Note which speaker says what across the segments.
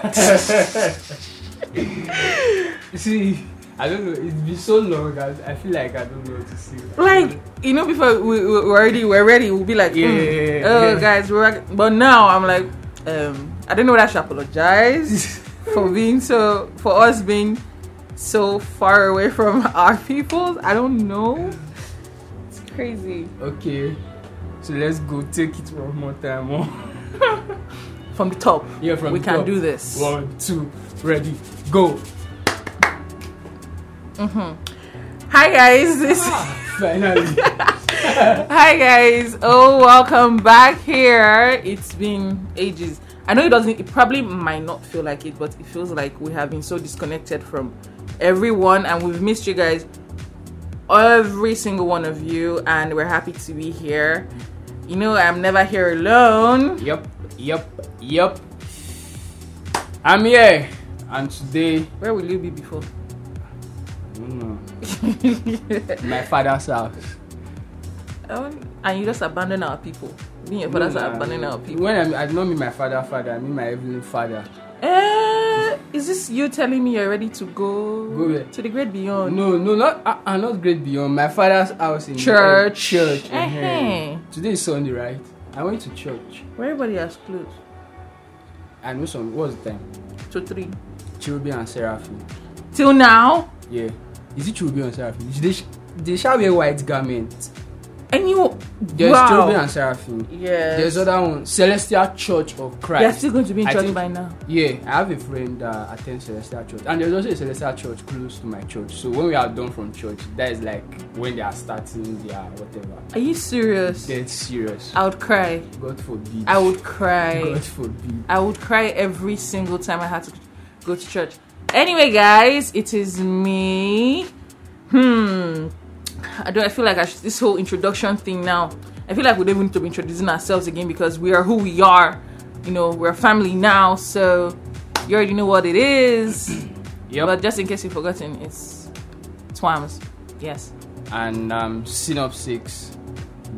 Speaker 1: See, I don't know. It's been so long. I, I feel like I don't know what to say.
Speaker 2: Like you know, before we we- we're already we're ready. We'll be like,
Speaker 1: Yeah,
Speaker 2: "Mm,
Speaker 1: yeah, yeah,
Speaker 2: oh
Speaker 1: yeah."
Speaker 2: guys, we're ready." but now I'm like, um, I don't know whether I should apologize for being so for us being so far away from our people. I don't know. It's crazy.
Speaker 1: okay, so let's go take it one more time. One-
Speaker 2: From the top,
Speaker 1: Yeah, from
Speaker 2: we
Speaker 1: the
Speaker 2: can
Speaker 1: top.
Speaker 2: do this.
Speaker 1: One, two, ready, go.
Speaker 2: Mm-hmm. Hi guys, this.
Speaker 1: Finally.
Speaker 2: Hi guys! Oh, welcome back here. It's been ages. I know it doesn't. It probably might not feel like it, but it feels like we have been so disconnected from everyone, and we've missed you guys, every single one of you, and we're happy to be here. You know, I'm never here alone.
Speaker 1: Yep, yep, yep. I'm here, and today,
Speaker 2: Where will you be before?
Speaker 1: I don't know, my father's house.
Speaker 2: Um, and you just abandon our people. Me and your fathers
Speaker 1: No,
Speaker 2: are
Speaker 1: nah.
Speaker 2: abandoning our people.
Speaker 1: Mm, When I'm, I don't mean my father, father. I mean my heavenly father.
Speaker 2: Eh, is this you telling me you're ready to go,
Speaker 1: Go where?
Speaker 2: to the great beyond?
Speaker 1: No, no, not uh, uh, not great beyond my father's house in
Speaker 2: Church.
Speaker 1: church. eh,
Speaker 2: Eh-heh.
Speaker 1: Today is Sunday, right? I went to church.
Speaker 2: Where everybody has clothes.
Speaker 1: I know some. What's the time?
Speaker 2: to three.
Speaker 1: Cherubim and seraphim.
Speaker 2: Till now,
Speaker 1: Yeah. Is it cherubim and seraphim? They, sh- they shall wear white garments.
Speaker 2: and you
Speaker 1: There's cherubim
Speaker 2: wow.
Speaker 1: and seraphim.
Speaker 2: Yes.
Speaker 1: There's other one. Celestial Church of Christ.
Speaker 2: They're still going to be in
Speaker 1: I
Speaker 2: church
Speaker 1: think-
Speaker 2: by now.
Speaker 1: Yeah, I have a friend that attends Celestial Church, and there's also a Celestial Church close to my church. So when we are done from church, that is like when they are starting their whatever.
Speaker 2: Are you serious?
Speaker 1: Dead serious.
Speaker 2: I would cry.
Speaker 1: God forbid.
Speaker 2: I would cry.
Speaker 1: God forbid.
Speaker 2: I would cry every single time I had to go to church. Anyway, guys, it is me. Hmm. I don't. I feel like I should, this whole introduction thing now. I feel like we don't even need to be introducing ourselves again because we are who we are. You know, we're family now, so you already know what it is.
Speaker 1: Yep.
Speaker 2: But just in case you've forgotten, it's Twams. Yes.
Speaker 1: and um, synopsis,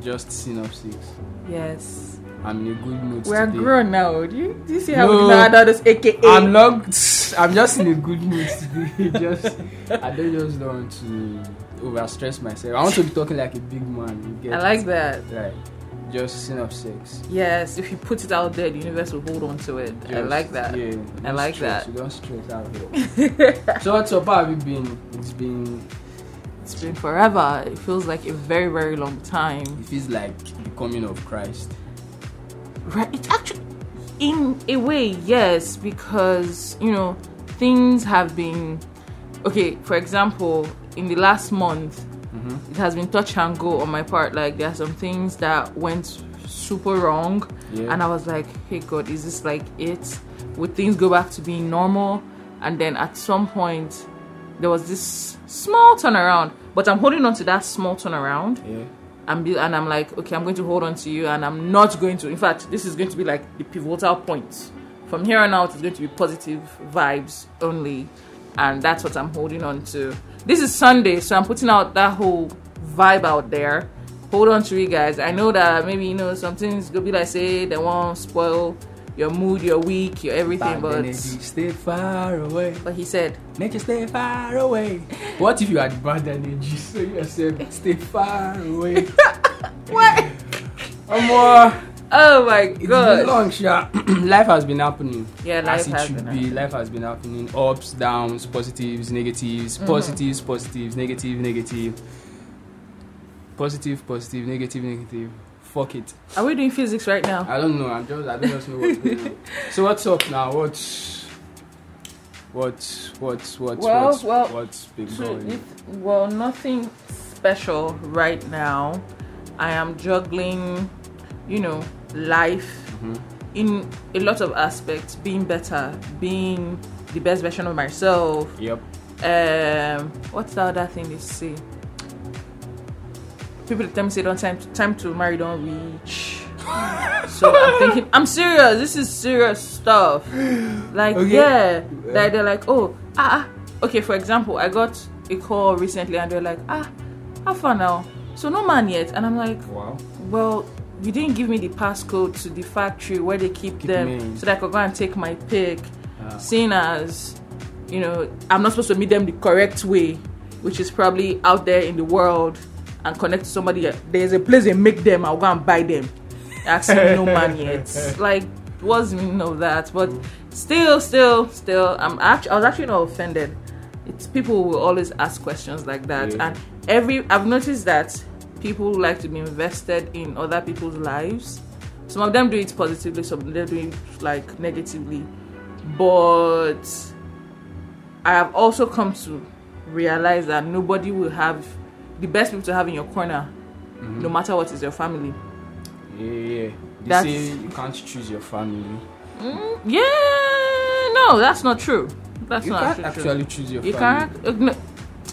Speaker 1: just synopsis.
Speaker 2: Yes.
Speaker 1: I'm in a good mood
Speaker 2: We're
Speaker 1: today.
Speaker 2: grown now. Do you, do you see how we
Speaker 1: No.
Speaker 2: know about this AKA?
Speaker 1: I'm not. I'm just in a good mood today. just I don't just don't want to overstress myself. I want to be talking like a big man. You get
Speaker 2: I like that.
Speaker 1: it? like just synopsis.
Speaker 2: Yes. If you put it out there, the universe will hold on to it. I
Speaker 1: Just-
Speaker 2: like that.
Speaker 1: Yeah,
Speaker 2: I
Speaker 1: don't
Speaker 2: like
Speaker 1: stress,
Speaker 2: that.
Speaker 1: You don't stress out here. so what's up? How have you been? It's been.
Speaker 2: It's been forever. It feels like a very, very long time.
Speaker 1: It feels like the coming of Christ.
Speaker 2: Right. It's actually, in a way, yes, because, you know, things have been. Okay, for example, in the last month,
Speaker 1: Mm-hmm.
Speaker 2: it has been touch and go on my part. Like there are some things that went super wrong,
Speaker 1: Yeah.
Speaker 2: and I was like, "Hey God, is this like it? Would things go back to being normal?" And then at some point, there was this small turnaround. But I'm holding on to that small turnaround.
Speaker 1: Yeah.
Speaker 2: I'm be- and I'm like, okay, I'm going to hold on to you, and I'm not going to. In fact, this is going to be like the pivotal point. From here on out, it's going to be positive vibes only, and that's what I'm holding on to. This is Sunday, so I'm putting out that whole vibe out there. Hold on to it, guys. I know that maybe you know some things go be like say they won't spoil your mood, your week, your everything,
Speaker 1: Bad
Speaker 2: but
Speaker 1: energy, stay far away.
Speaker 2: but he said
Speaker 1: Make you stay far away. What if you had bad energy? So yourself, stay far away.
Speaker 2: what?
Speaker 1: One more.
Speaker 2: Oh my
Speaker 1: It's been
Speaker 2: god!
Speaker 1: long, sha. life has been happening.
Speaker 2: Yeah,
Speaker 1: as
Speaker 2: life
Speaker 1: it
Speaker 2: has
Speaker 1: should
Speaker 2: been
Speaker 1: be.
Speaker 2: happening.
Speaker 1: Life has been happening. Ups, downs, positives, negatives,
Speaker 2: Mm-hmm.
Speaker 1: positives, positives, negative, negative, positive, positive, negative, negative. Fuck it.
Speaker 2: Are we doing physics right now?
Speaker 1: I don't know. I'm just. I don't just know what's going on. So what's up now? What's what what what
Speaker 2: Well,
Speaker 1: what's,
Speaker 2: well,
Speaker 1: what's been
Speaker 2: So,
Speaker 1: going?
Speaker 2: if- well, nothing special right now. I am juggling, you know, life
Speaker 1: Mhm.
Speaker 2: in a lot of aspects, being better, being the best version of myself.
Speaker 1: Yep.
Speaker 2: Um, what's the other thing they say? People tell me say don't time time to marry don't reach. so I'm thinking I'm serious. This is serious stuff. Like
Speaker 1: Okay.
Speaker 2: yeah, like they're like oh ah ah. okay. For example, I got a call recently and they're like ah how far now? So no man yet, and I'm like
Speaker 1: Wow.
Speaker 2: well. You didn't give me the passcode to the factory where they keep,
Speaker 1: Keep
Speaker 2: them,
Speaker 1: me in.
Speaker 2: so that I could go and take my pick.
Speaker 1: Ah.
Speaker 2: Seeing as, you know, I'm not supposed to meet them the correct way, which is probably out there in the world and connect to somebody. There's a place they make them, I'll go and buy them. I've seen no man yet. Like, what's the meaning of that? But still, still, still, I'm actually, I was actually not offended. It's people will always ask questions like that,
Speaker 1: Yeah.
Speaker 2: and every I've noticed that people like to be invested in other people's lives. Some of them do it positively, some of them do it like negatively. But I have also come to realize that nobody will have the best people to have in your corner, no matter what is your family.
Speaker 1: Yeah, yeah. They
Speaker 2: That's-
Speaker 1: say you can't choose your family.
Speaker 2: Mm, yeah, no, that's not true. That's
Speaker 1: you
Speaker 2: not
Speaker 1: can't
Speaker 2: true, true.
Speaker 1: actually choose your
Speaker 2: You
Speaker 1: family.
Speaker 2: can't. uh, no.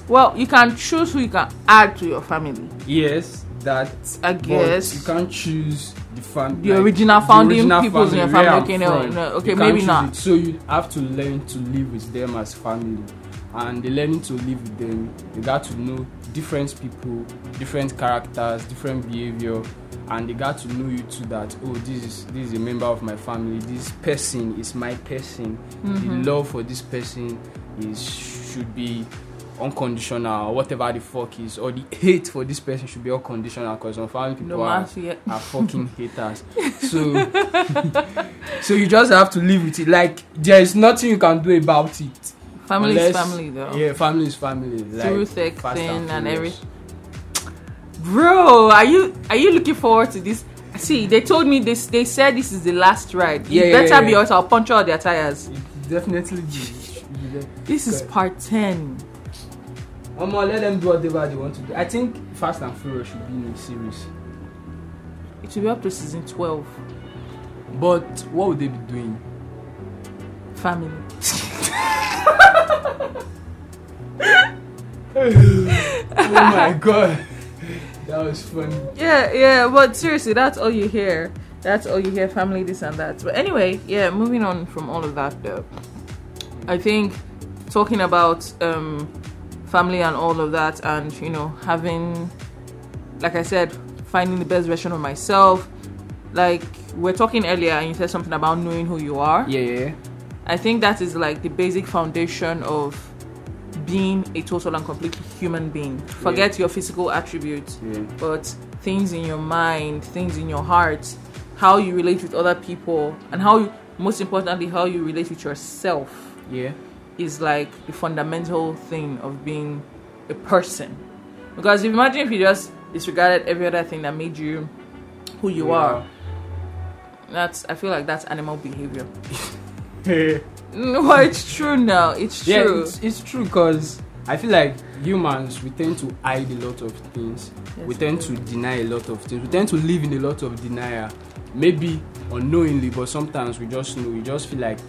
Speaker 2: Well, you can choose who you can add to your family.
Speaker 1: Yes, that.
Speaker 2: I
Speaker 1: but
Speaker 2: guess.
Speaker 1: you can't choose the family.
Speaker 2: The original founding peoples in your family, okay, no, no, okay, maybe not.
Speaker 1: So you have to learn to live with them as family, and the learning to live with them, you got to know different people, different characters, different behavior, and they got to know you too. That oh, this is this is a member of my family. This person is my person.
Speaker 2: Mm-hmm.
Speaker 1: The love for this person is should be unconditional or whatever the fuck is or the hate for this person should be unconditional because some family people
Speaker 2: No
Speaker 1: are
Speaker 2: matter yet.
Speaker 1: are fucking haters. So, so you just have to live with it. Like there is nothing you can do about it.
Speaker 2: Family is
Speaker 1: Unless-
Speaker 2: family, though.
Speaker 1: Yeah, family is family. Like,
Speaker 2: Through thick,
Speaker 1: fast
Speaker 2: thin, and
Speaker 1: furious.
Speaker 2: Bro, are you are you looking forward to this? See, they told me this. They said this is the last ride.
Speaker 1: Yeah,
Speaker 2: you
Speaker 1: yeah,
Speaker 2: better
Speaker 1: yeah,
Speaker 2: be
Speaker 1: yeah.
Speaker 2: out. I'll puncture all their tires.
Speaker 1: It definitely. Be, be there.
Speaker 2: This is
Speaker 1: Correct.
Speaker 2: part ten.
Speaker 1: Omo, let them do whatever they want to do. I think Fast and Furious should be in a series.
Speaker 2: It will be up to season twelve.
Speaker 1: But what would they be doing?
Speaker 2: Family.
Speaker 1: oh my god, that was funny.
Speaker 2: Yeah, yeah. But seriously, that's all you hear. That's all you hear. Family, this and that. But anyway, yeah. Moving on from all of that, though. I think talking about um, family and all of that, and you know, having, like I said, finding the best version of myself. Like we we're talking earlier, and you said something about knowing who you are.
Speaker 1: Yeah, yeah.
Speaker 2: I think that is like the basic foundation of being a total and complete human being. Forget your physical attributes,
Speaker 1: Yeah.
Speaker 2: but things in your mind, things in your heart, how you relate with other people, and how you, most importantly, how you relate with yourself
Speaker 1: yeah.
Speaker 2: is like the fundamental thing of being a person. Because if imagine if you just disregarded every other thing that made you who you are, that's I feel like that's animal behavior.
Speaker 1: Yeah.
Speaker 2: No, it's true now. It's true.
Speaker 1: Yeah, it's, it's true because I feel like humans we tend to hide a lot of things.
Speaker 2: Yes,
Speaker 1: we
Speaker 2: we
Speaker 1: tend
Speaker 2: do.
Speaker 1: to deny a lot of things. We tend to live in a lot of denial, maybe unknowingly, but sometimes we just know. You just feel like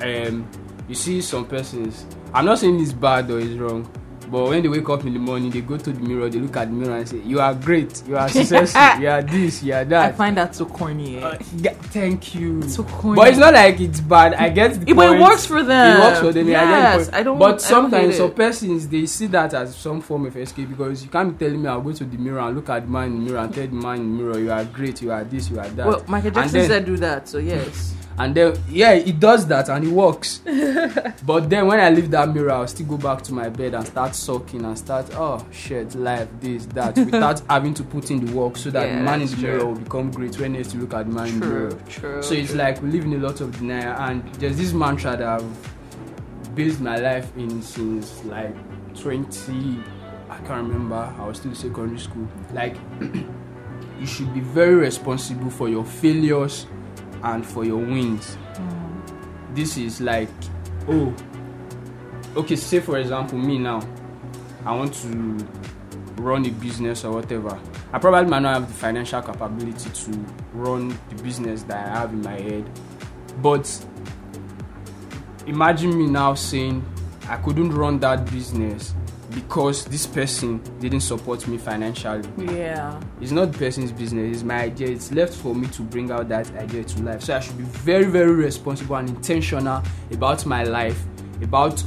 Speaker 1: um, you see some persons. I'm not saying it's bad or it's wrong. But when they wake up in the morning, they go to the mirror, they look at the mirror and say, You are great, you are successful, you are this, you are
Speaker 2: I
Speaker 1: that.
Speaker 2: find that so corny. Eh?
Speaker 1: Uh, yeah, thank you.
Speaker 2: so corny.
Speaker 1: But it's not like it's bad. I get the
Speaker 2: Yeah, but it
Speaker 1: point.
Speaker 2: works for them.
Speaker 1: It works for them. I,
Speaker 2: Yes,
Speaker 1: get the point.
Speaker 2: I don't.
Speaker 1: But
Speaker 2: I don't hate
Speaker 1: sometimes
Speaker 2: it.
Speaker 1: some persons they see that as some form of escape because you can't be telling me I'll go to the mirror and look at the man in the mirror and tell the man in the mirror you are great, you are this, you are that.
Speaker 2: well, Michael
Speaker 1: And
Speaker 2: Jackson
Speaker 1: then-
Speaker 2: said do that, so yes.
Speaker 1: and then yeah, it does that and it works. but then when I leave that mirror, I'll still go back to my bed and start sucking and start oh shit, life, this, that, without having to put in the work so that
Speaker 2: Yeah,
Speaker 1: the man in
Speaker 2: that's
Speaker 1: the
Speaker 2: true.
Speaker 1: mirror will become great when he has to look at the man in the mirror.
Speaker 2: True, true.
Speaker 1: uh, So it's like we live in a lot of denial, and there's this mantra that I've based my life in since like 20. I can't remember. I was still in secondary school. Like, you should be very responsible for your failures and for your wins. This is like, oh, okay. Say for example, me now, I want to run a business or whatever. I probably might not have the financial capability to run the business that I have in my head. But imagine me now saying I couldn't run that business because this person didn't support me financially.
Speaker 2: yeah,
Speaker 1: It's not the person's business, it's my idea. It's left for me to bring out that idea to life. So I should be very, very responsible and intentional about my life. About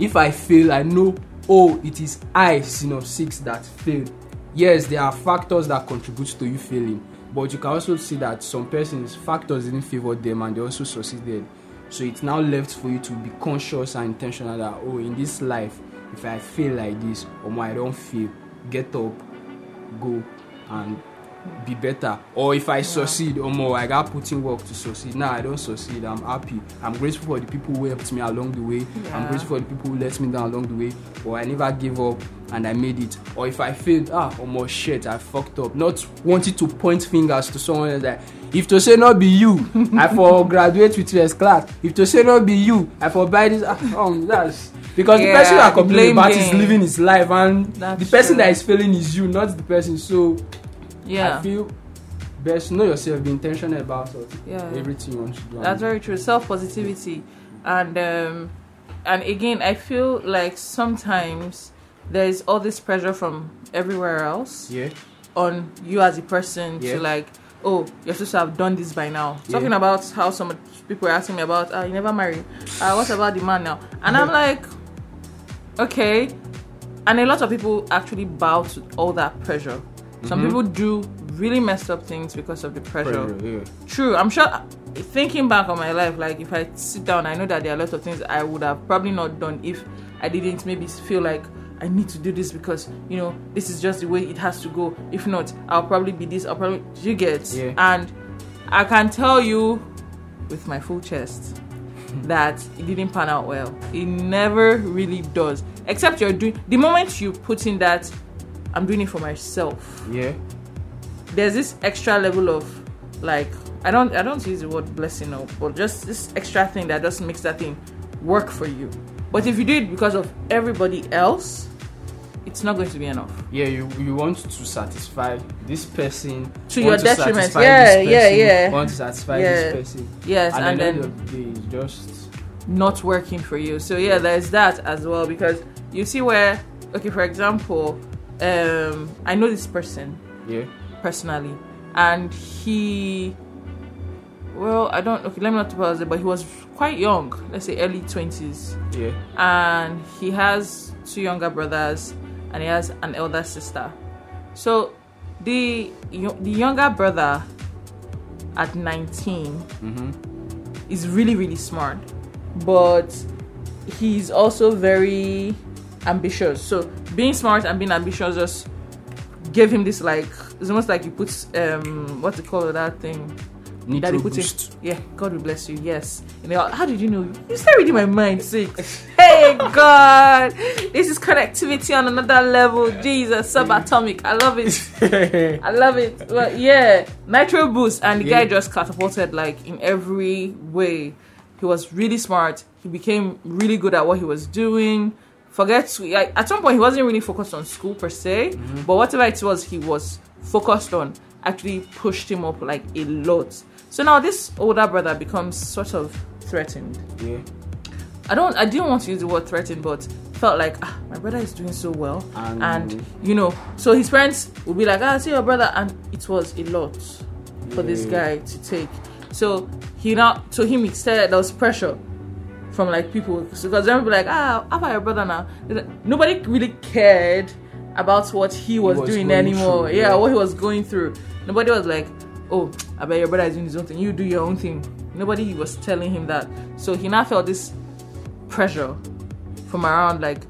Speaker 1: if I fail, I know, oh, it is I, sin of six, that failed. Yes, there are factors that contribute to you failing, but you can also see that some persons, factors didn't favor them and they also succeeded. So it's now left for you to be conscious and intentional that oh, in this life, if I feel like this, or I don't feel, get up, go, and be better. Or if I succeed, or more, I got put in work to succeed. Now I don't succeed. I'm happy. I'm grateful for the people who helped me along the way. I'm
Speaker 2: Yeah.
Speaker 1: grateful for the people who let me down along the way. Or I never gave up and I made it. Or if I failed, ah, or more shit, I fucked up. Not wanting to point fingers to someone else that if to say not be you, I for graduate with less class. If to say not be you, I for buy this. Ah, um, that's because the
Speaker 2: Yeah,
Speaker 1: person you are
Speaker 2: the
Speaker 1: complaining
Speaker 2: blame
Speaker 1: about is
Speaker 2: game.
Speaker 1: living his life, and
Speaker 2: That's
Speaker 1: the person
Speaker 2: true.
Speaker 1: that is failing is you, not the person. So
Speaker 2: yeah
Speaker 1: I feel best know yourself, be intentional about it.
Speaker 2: Yeah.
Speaker 1: Everything you want to do.
Speaker 2: That's very true. Self positivity, and um, and again, I feel like sometimes there is all this pressure from everywhere else
Speaker 1: Yeah.
Speaker 2: on you as a person
Speaker 1: Yeah.
Speaker 2: to like, oh, you're supposed to have done this by now. Talking about how some people are asking me about, ah, you never marry. Ah, what about the man now? And I'm like, okay. And a lot of people actually bow to all that pressure. Some people do really messed up things because of the pressure.
Speaker 1: Yeah.
Speaker 2: True, I'm sure. Thinking back on my life, like if I sit down, I know that there are a lot of things I would have probably not done if I didn't maybe feel like I need to do this because you know this is just the way it has to go. If not, I'll probably be this. I'll probably you get.
Speaker 1: Yeah.
Speaker 2: And I can tell you with my full chest that it didn't pan out well. It never really does. Except you're doing the moment you put in that I'm doing it for myself
Speaker 1: Yeah.
Speaker 2: there's this extra level of like I don't I don't use the word blessing or but just this extra thing that just makes that thing work for you. But if you do it because of everybody else, it's not going to be enough.
Speaker 1: Yeah, you, you want to satisfy this person
Speaker 2: To
Speaker 1: want
Speaker 2: your detriment.
Speaker 1: satisfy
Speaker 2: Yeah,
Speaker 1: this
Speaker 2: yeah,
Speaker 1: person,
Speaker 2: yeah.
Speaker 1: Want to satisfy
Speaker 2: Yeah.
Speaker 1: this person,
Speaker 2: Yes,
Speaker 1: and,
Speaker 2: and,
Speaker 1: at the
Speaker 2: then
Speaker 1: end of the day, it's just
Speaker 2: not working for you. So yeah, there's that as well because you see where okay, for example, um I know this person
Speaker 1: yeah,
Speaker 2: personally and he well, I don't okay, let me not talk about it, but he was quite young, let's say early twenties.
Speaker 1: yeah,
Speaker 2: and he has two younger brothers and he has an elder sister. So the yo- the younger brother at 19
Speaker 1: mm-hmm.
Speaker 2: is really really smart, but he's also very ambitious. So being smart and being ambitious just gave him this like it's almost like you put um what's it called that thing
Speaker 1: need
Speaker 2: Daddy
Speaker 1: to
Speaker 2: put
Speaker 1: boost.
Speaker 2: it. Yeah, God will bless you. Yes. And they all, how did you know? You still reading my mind, six. hey God, this is connectivity on another level. Jesus, subatomic. I love it. I love it. Well, yeah, Nitro Boost, and the
Speaker 1: Yeah.
Speaker 2: guy just catapulted like in every way. He was really smart. He became really good at what he was doing. Forget to- like, at some point he wasn't really focused on school per se,
Speaker 1: Mm-hmm.
Speaker 2: but whatever it was he was focused on actually pushed him up like a lot. So now this older brother becomes sort of threatened.
Speaker 1: yeah,
Speaker 2: I don't I didn't want to use the word threatened, but felt like ah, my brother is doing so well,
Speaker 1: And-
Speaker 2: and, you know, so his friends would be like, "Ah, see your brother," and it was a lot for this
Speaker 1: Yeah.
Speaker 2: guy to take. So he now, to him, it said there was pressure from like people because they would be like, "Ah, how about your brother now?" Nobody really cared about what he was,
Speaker 1: was
Speaker 2: doing
Speaker 1: going
Speaker 2: anymore.
Speaker 1: through,
Speaker 2: yeah,
Speaker 1: yeah.
Speaker 2: what he was going through. Nobody was like, "Oh, I bet your brother is doing his own thing. You do your own thing." Nobody was telling him that. So he now felt this pressure from around like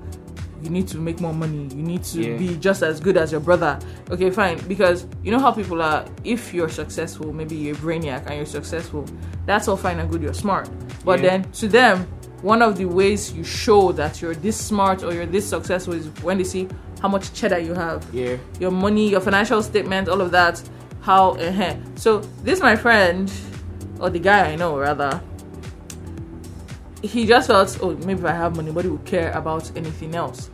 Speaker 2: you need to make more money you need to
Speaker 1: Yeah.
Speaker 2: be just as good as your brother okay fine because you know how people are if you're successful maybe you're a brainiac and you're successful that's all fine and good you're smart but
Speaker 1: Yeah.
Speaker 2: then to them one of the ways you show that you're this smart or you're this successful is when they see how much cheddar you have
Speaker 1: yeah,
Speaker 2: your money, your financial statement, all of that. How? Uh-huh. So this my friend, or the guy I know rather. He just felt, oh, maybe if I have money, nobody will care about anything else.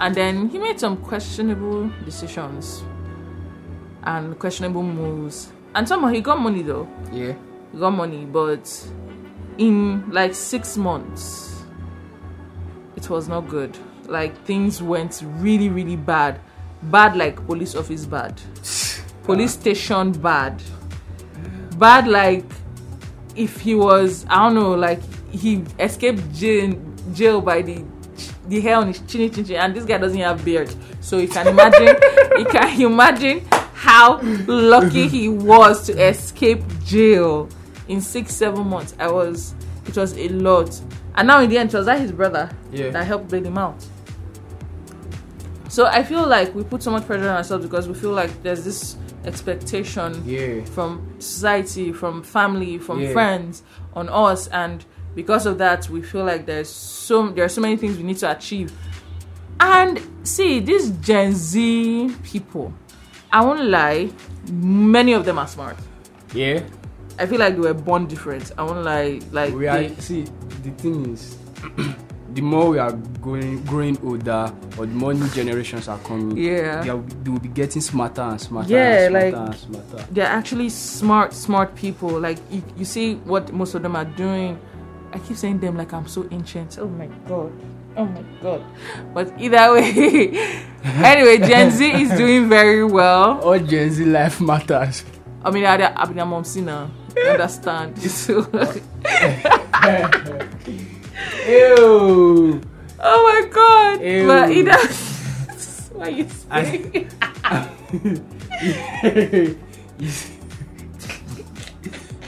Speaker 2: And then he made some questionable decisions and questionable moves. And somehow he got money though.
Speaker 1: yeah,
Speaker 2: He got money, but in like six months, it was not good. Like things went really, really bad. Bad like police office bad. police station bad. Bad like if he was I don't know, like he escaped jail jail by the the hair on his chinny chin chin and this guy doesn't have beard. So you can imagine you can imagine how lucky he was to escape jail in six, seven months. I was It was a lot. And now in the end, it was that his brother
Speaker 1: Yeah.
Speaker 2: that helped bail him out. So I feel like we put so much pressure on ourselves because we feel like there's this expectation
Speaker 1: Yeah.
Speaker 2: from society, from family, from
Speaker 1: Yeah.
Speaker 2: friends on us, and because of that, we feel like there's so there are so many things we need to achieve. And see, these Gen Z people, I won't lie, many of them are smart.
Speaker 1: Yeah.
Speaker 2: I feel like they were born different. I won't lie, like
Speaker 1: we are
Speaker 2: they-
Speaker 1: see the thing is the more we are going growing older or the more new generations are coming
Speaker 2: Yeah.
Speaker 1: they, are, they will be getting smarter and smarter
Speaker 2: Yeah,
Speaker 1: and smarter
Speaker 2: like-
Speaker 1: and smarter
Speaker 2: they're actually smart, smart people. Like you, you see what most of them are doing. I keep saying them like I'm so ancient. Oh my god. Oh my god. But either way, anyway, Gen Z is doing very well.
Speaker 1: all gen z life matters
Speaker 2: I mean, I, I mean, I'm Omsina. You understand? So,
Speaker 1: Ew.
Speaker 2: oh my god.
Speaker 1: Ew.
Speaker 2: But either. Why you saying?
Speaker 1: it's,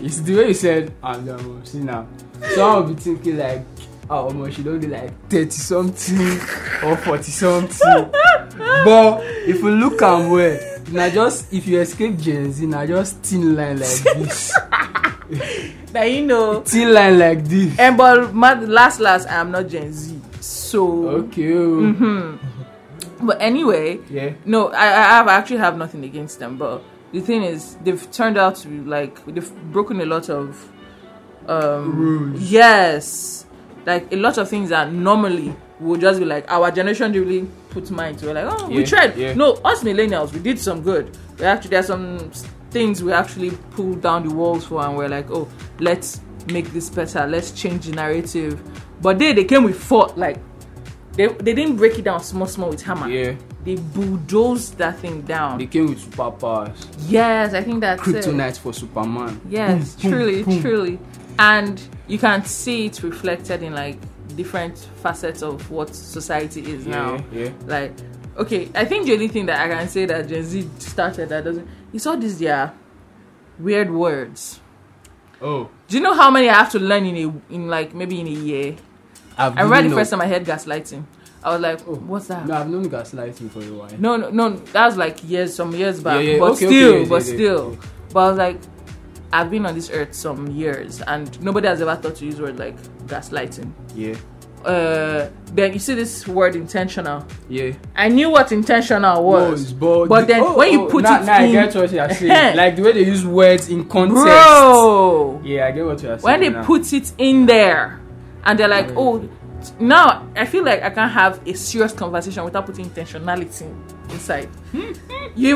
Speaker 1: it's the way you said and um, see now some will be thinking like oh omo she don be like thirty something or forty something but if you look am well na just if you escape gen z na just thin line like this
Speaker 2: That you know.
Speaker 1: thin line like this
Speaker 2: And but my, last, last, I'm not Gen Z. So.
Speaker 1: okay o
Speaker 2: Mm-hmm. But anyway,
Speaker 1: Yeah.
Speaker 2: No, I, I have, I actually have nothing against them, but the thing is, they've turned out to be like they've broken a lot of um,
Speaker 1: Rules.
Speaker 2: Yes, like a lot of things that normally would just be like our generation really put mind to. We're like, oh, we
Speaker 1: Yeah,
Speaker 2: tried.
Speaker 1: yeah.
Speaker 2: No, us millennials, we did some good. We actually there's some s- things we actually pulled down the walls for, and we're like, oh, let's make this better. Let's change the narrative. But they they came with fought like they they didn't break it down small small with hammer.
Speaker 1: yeah
Speaker 2: They bulldozed that thing down.
Speaker 1: they came with superpowers
Speaker 2: yes, I think that's it.
Speaker 1: kryptonite for superman
Speaker 2: Yes,
Speaker 1: Boom, boom,
Speaker 2: truly,
Speaker 1: boom.
Speaker 2: truly. And you can see it reflected in like different facets of what society is now.
Speaker 1: yeah yeah
Speaker 2: Like, okay, I think the only thing that I can say that Gen Z started that doesn't is all these their weird words.
Speaker 1: oh
Speaker 2: Do you know how many I have to learn in a in like maybe in a year?
Speaker 1: i've
Speaker 2: I remember the
Speaker 1: known-
Speaker 2: first time I heard gaslighting. I was like,
Speaker 1: Oh,
Speaker 2: what's that?
Speaker 1: no i've known gaslighting for a while
Speaker 2: No, no, no. That was like years, some years back.
Speaker 1: Yeah, yeah,
Speaker 2: But
Speaker 1: okay, okay,
Speaker 2: still,
Speaker 1: yeah, yeah,
Speaker 2: but
Speaker 1: yeah,
Speaker 2: still.
Speaker 1: yeah.
Speaker 2: But I was like, I've been on this earth some years, and nobody has ever thought to use word like gaslighting.
Speaker 1: yeah
Speaker 2: Uh, then you see this word intentional.
Speaker 1: yeah
Speaker 2: I knew what intentional was,
Speaker 1: was, but,
Speaker 2: but then when you put
Speaker 1: now,
Speaker 2: it
Speaker 1: now
Speaker 2: in-
Speaker 1: oh, I get what you are saying. like the way they use words in context.
Speaker 2: bro.
Speaker 1: Yeah, I get what you are saying.
Speaker 2: When they
Speaker 1: now.
Speaker 2: put it in there, and they're like,
Speaker 1: Yeah.
Speaker 2: oh. Now I feel like I can have a serious conversation without putting intentionality inside. you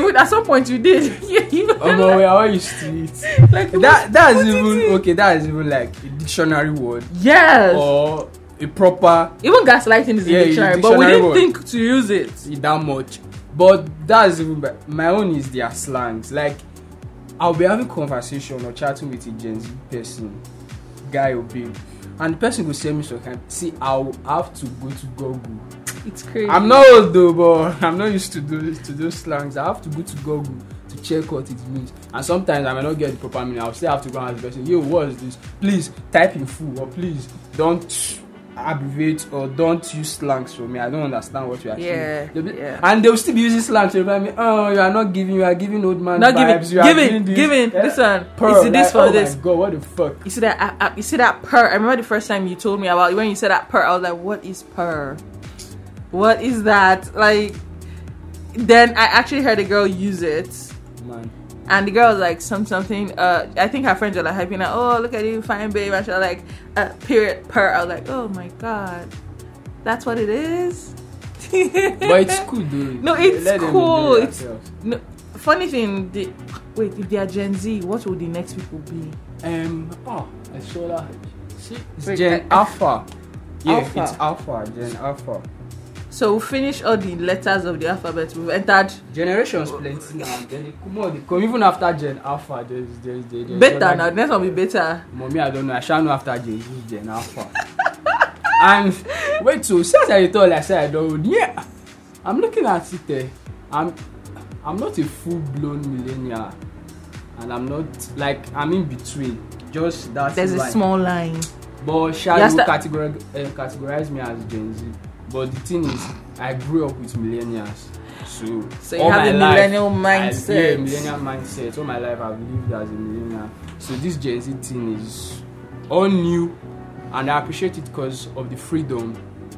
Speaker 2: even at some point you did. you even
Speaker 1: oh no, we are all used to it.
Speaker 2: like
Speaker 1: That that is
Speaker 2: What is
Speaker 1: even
Speaker 2: it?
Speaker 1: okay. That is even like a dictionary word
Speaker 2: yes
Speaker 1: or a proper
Speaker 2: even gaslighting is in
Speaker 1: Yeah,
Speaker 2: the
Speaker 1: it's
Speaker 2: dictionary,
Speaker 1: a
Speaker 2: but we
Speaker 1: dictionary
Speaker 2: didn't
Speaker 1: word.
Speaker 2: think to use it
Speaker 1: that much. But that's even be- my own is their slangs. Like I'll be having conversation or chatting with a Gen Z person, guy or babe, and the person will send me some kind. See, I'll have to go to Google.
Speaker 2: it's crazy
Speaker 1: I'm not old though, but I'm not used to those to those slangs. I have to go to Google to check what it means, and sometimes I may not get the proper meaning. I'll still have to go and ask the person, "Yo, what is this? Please type in full, or please don't abbreviate or don't use slangs for me. I don't understand what you are
Speaker 2: Yeah,
Speaker 1: saying." They'll be-
Speaker 2: yeah.
Speaker 1: And they'll still be using slangs to remind me, "Oh, you are not giving. You are giving old man
Speaker 2: not
Speaker 1: vibes.
Speaker 2: giving
Speaker 1: you are
Speaker 2: giving
Speaker 1: doing this.
Speaker 2: giving this one
Speaker 1: Pearl,
Speaker 2: you see this
Speaker 1: like,
Speaker 2: for
Speaker 1: oh
Speaker 2: this
Speaker 1: My God, what the fuck?
Speaker 2: you see that I, I, you see that purr I remember the first time you told me about when you said that purr I was like what is purr what is that like then I actually heard a girl use it
Speaker 1: Man,
Speaker 2: And the girl was like some something. Uh, I think her friends were like hyping out. Oh, look at you, fine babe. And she was like, uh, period per. I was like, oh my god, that's what it is.
Speaker 1: but it's cool though.
Speaker 2: No, it's
Speaker 1: Let them enjoy
Speaker 2: cool. It's-
Speaker 1: themselves.
Speaker 2: No, funny thing. The, wait, if they are Gen Z, what will the next people be?
Speaker 1: Um, oh, I saw that. See, it's
Speaker 2: Wait,
Speaker 1: Gen
Speaker 2: I-
Speaker 1: Alpha. Yeah,
Speaker 2: Alpha.
Speaker 1: it's Alpha. Gen Alpha.
Speaker 2: So we'll finish all the letters of the alphabet. We've entered
Speaker 1: Generations plenty now. Then they come on, they come even after Gen Alpha. There's, there's, there's, there's
Speaker 2: beta
Speaker 1: other
Speaker 2: now. The
Speaker 1: Gen-
Speaker 2: next one will be beta.
Speaker 1: Mommy, I don't know. I shall know after Gen Z, Gen Alpha. and wait, so since I told I said I don't, yeah, I'm looking at it. Eh, I'm, I'm not a full blown millennial, and I'm not like I'm in between. Just that
Speaker 2: There's a
Speaker 1: line.
Speaker 2: small line.
Speaker 1: But Sha,
Speaker 2: Yeah,
Speaker 1: you
Speaker 2: sta-
Speaker 1: categorize, uh, categorize me as Gen Z. But the thing is, I grew up with millennials. So,
Speaker 2: So you
Speaker 1: all
Speaker 2: have
Speaker 1: my
Speaker 2: a
Speaker 1: life,
Speaker 2: millennial
Speaker 1: I, yeah,
Speaker 2: mindset.
Speaker 1: millennial mindset. All my life I've lived as a millennial. So this Gen Z thing is all new and I appreciate it because of the freedom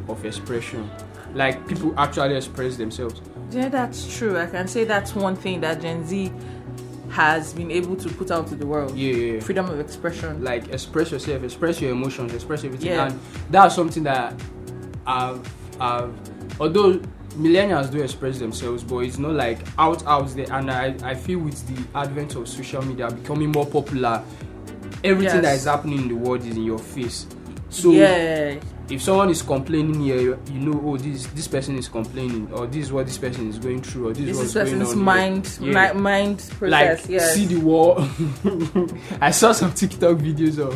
Speaker 1: of expression. Like people actually express themselves.
Speaker 2: Yeah, that's true. I can say that's one thing that Gen Z has been able to put out to the world.
Speaker 1: Yeah, yeah, yeah.
Speaker 2: Freedom of expression.
Speaker 1: like express yourself, express your emotions, express everything.
Speaker 2: Yeah.
Speaker 1: And that's something that I've, I've although millennials do express themselves, but it's not like out out there. And I, I feel with the advent of social media becoming more popular, everything that
Speaker 2: Yes.
Speaker 1: is happening in the world is in your face. So
Speaker 2: yeah.
Speaker 1: if someone is complaining here, you, you know, oh, this this person is complaining, or this is what this person is going through, or this, is
Speaker 2: This is
Speaker 1: what's
Speaker 2: person's
Speaker 1: going on.
Speaker 2: mind
Speaker 1: here.
Speaker 2: mi- mind process.
Speaker 1: like
Speaker 2: yes.
Speaker 1: see the wall. I saw some TikTok videos of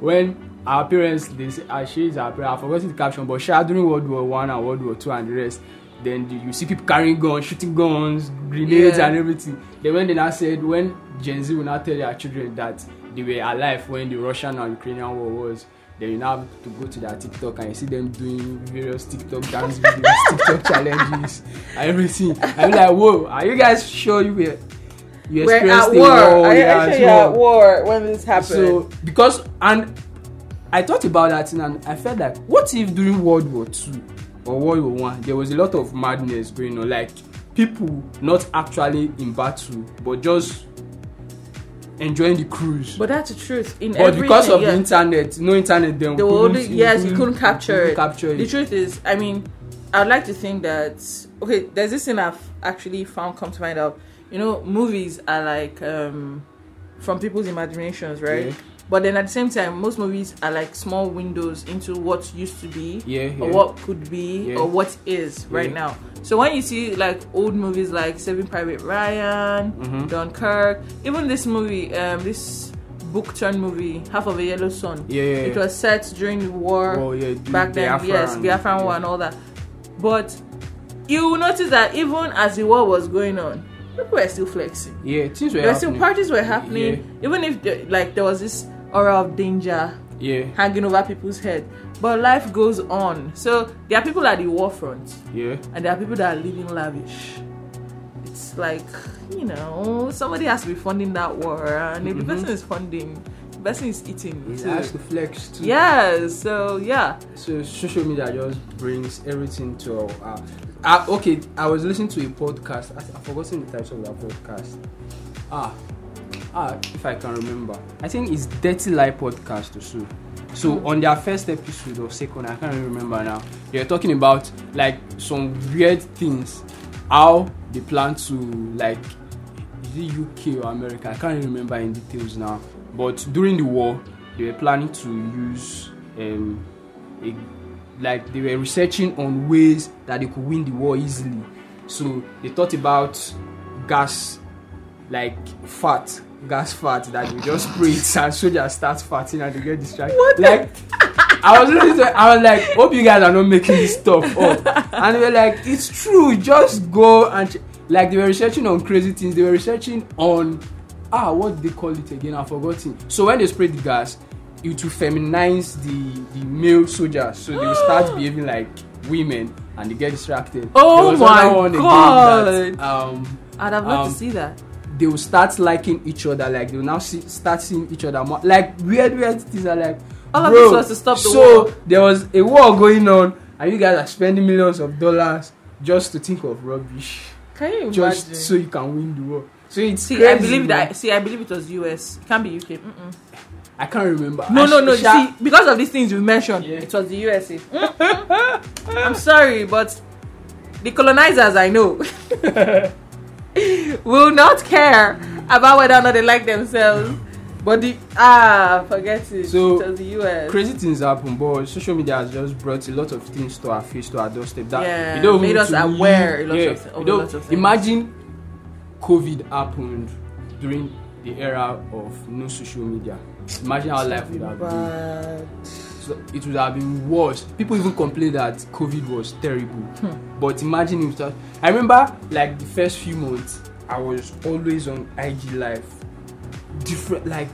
Speaker 1: when our parents they say ah she is our parent. I forgot the caption, but sha during World War One and World War Two and the rest. Then you- you see people carrying guns, shooting guns, grenades
Speaker 2: Yeah.
Speaker 1: and everything. Then when they now said when Gen Z will now tell their children that they were alive when the Russian and Ukrainian war was. Then you now have to go to their TikTok and you see them doing various TikTok dance videos, TikTok challenges, and everything. I'm like, whoa, are you guys sure you were you
Speaker 2: we're
Speaker 1: experienced
Speaker 2: at
Speaker 1: the
Speaker 2: war.
Speaker 1: war,
Speaker 2: Are you
Speaker 1: yeah,
Speaker 2: actually
Speaker 1: so-
Speaker 2: at war when this happened?
Speaker 1: So because and I thought about that thing and I felt like what if during World War Two or World War One there was a lot of madness going on, like people not actually in battle but just enjoying the cruise.
Speaker 2: but that's the truth. In
Speaker 1: But because
Speaker 2: everything,
Speaker 1: of
Speaker 2: yeah.
Speaker 1: the internet, no internet then. we
Speaker 2: the old
Speaker 1: couldn't- we
Speaker 2: yes you couldn't capture
Speaker 1: we
Speaker 2: it
Speaker 1: couldn't capture
Speaker 2: the
Speaker 1: it.
Speaker 2: truth is i mean i'd like to think that okay there's this thing i've actually found come to find out you know movies are like um from people's imaginations right
Speaker 1: Yeah.
Speaker 2: but then at the same time most movies are like small windows into what used to be
Speaker 1: Yeah,
Speaker 2: or
Speaker 1: yeah.
Speaker 2: what could be
Speaker 1: Yeah.
Speaker 2: or what is right
Speaker 1: Yeah.
Speaker 2: now so when you see like old movies like saving private ryan
Speaker 1: Mhm.
Speaker 2: dunkirk even this movie um this book turn movie half of a yellow sun
Speaker 1: Yeah, yeah,
Speaker 2: it
Speaker 1: yeah.
Speaker 2: was set during the war
Speaker 1: Oh, yeah, during
Speaker 2: back then.
Speaker 1: Biafra
Speaker 2: yes,
Speaker 1: and-
Speaker 2: Biafran
Speaker 1: yeah.
Speaker 2: war and all that. But you will notice that even as the war was going on, people were still flexing.
Speaker 1: Yeah, things were
Speaker 2: There were still
Speaker 1: happening.
Speaker 2: parties were happening, even if the, like there was this aura of danger
Speaker 1: Yeah,
Speaker 2: hanging over people's head. But life goes on. So there are people at the war front,
Speaker 1: yeah,
Speaker 2: and there are people that are living lavish. It's like you know somebody has to be funding that war, and if
Speaker 1: Mhm.
Speaker 2: the person is funding, the person is eating.
Speaker 1: yeah.
Speaker 2: too.
Speaker 1: It has to flex too.
Speaker 2: Yeah, so yeah.
Speaker 1: So social media just brings everything to our. our- ah, okay, I was listening to a podcast. I, I've forgotten the title of that podcast. Ah, ah, if I can remember, I think it's Dirty Lie podcast or so. So on their first episode or second, I can't really remember now. They were talking about like some weird things, how they plan to like is it UK or America? I can't really remember in details now. But during the war, they were planning to use um, a, like they were researching on ways that they could win the war easily. So they thought about gas, like fat, gas fat that you just spray it and soldiers start farting and they get distracted.
Speaker 2: What the-
Speaker 1: Like I was listening to it, I was like, hope you guys are not making this stuff up. And they were like, it's true, just go and ch-. like they were researching on crazy things. They were researching on ah, what did they call it again? I've forgotten. So when they spray the gas, it will feminize the the male soldiers, so they will start behaving like women and they get distracted.
Speaker 2: Oh
Speaker 1: There was
Speaker 2: my
Speaker 1: another one again
Speaker 2: God.
Speaker 1: That, um,
Speaker 2: I'd have loved
Speaker 1: Um,
Speaker 2: to see that.
Speaker 1: they will start liking each other like they will now see, start seeing each other more like weird weird things are like
Speaker 2: All of
Speaker 1: bro,
Speaker 2: this was to stop the
Speaker 1: so
Speaker 2: war.
Speaker 1: there was a war going on and you guys are spending millions of dollars just to think of rubbish
Speaker 2: Can you imagine?
Speaker 1: just so you can win the war so it's
Speaker 2: see,
Speaker 1: crazy
Speaker 2: I believe
Speaker 1: man.
Speaker 2: that. See, I believe it was US. It can't be UK. Mm-mm.
Speaker 1: I, can't remember
Speaker 2: No,
Speaker 1: I
Speaker 2: no, no.
Speaker 1: sha-
Speaker 2: See, because of these things you mentioned,
Speaker 1: Yeah.
Speaker 2: it was the USA. I'm sorry, but the colonizers I know will not care about whether or not they like themselves. But the ah, forget it.
Speaker 1: So,
Speaker 2: it was the US.
Speaker 1: crazy things happen but social media has just brought a lot of things to our face to our doorstep that
Speaker 2: Yeah,
Speaker 1: we don't
Speaker 2: made
Speaker 1: need
Speaker 2: us
Speaker 1: to live-
Speaker 2: aware a lot
Speaker 1: yeah,
Speaker 2: of- of
Speaker 1: we
Speaker 2: a
Speaker 1: don't-
Speaker 2: lot of things.
Speaker 1: imagine covid happened during the era of no social media imagine how life would have been
Speaker 2: But
Speaker 1: So it would have been worse people even complain that covid was terrible but imagine if that i remember like the first few months i was always on ig live different like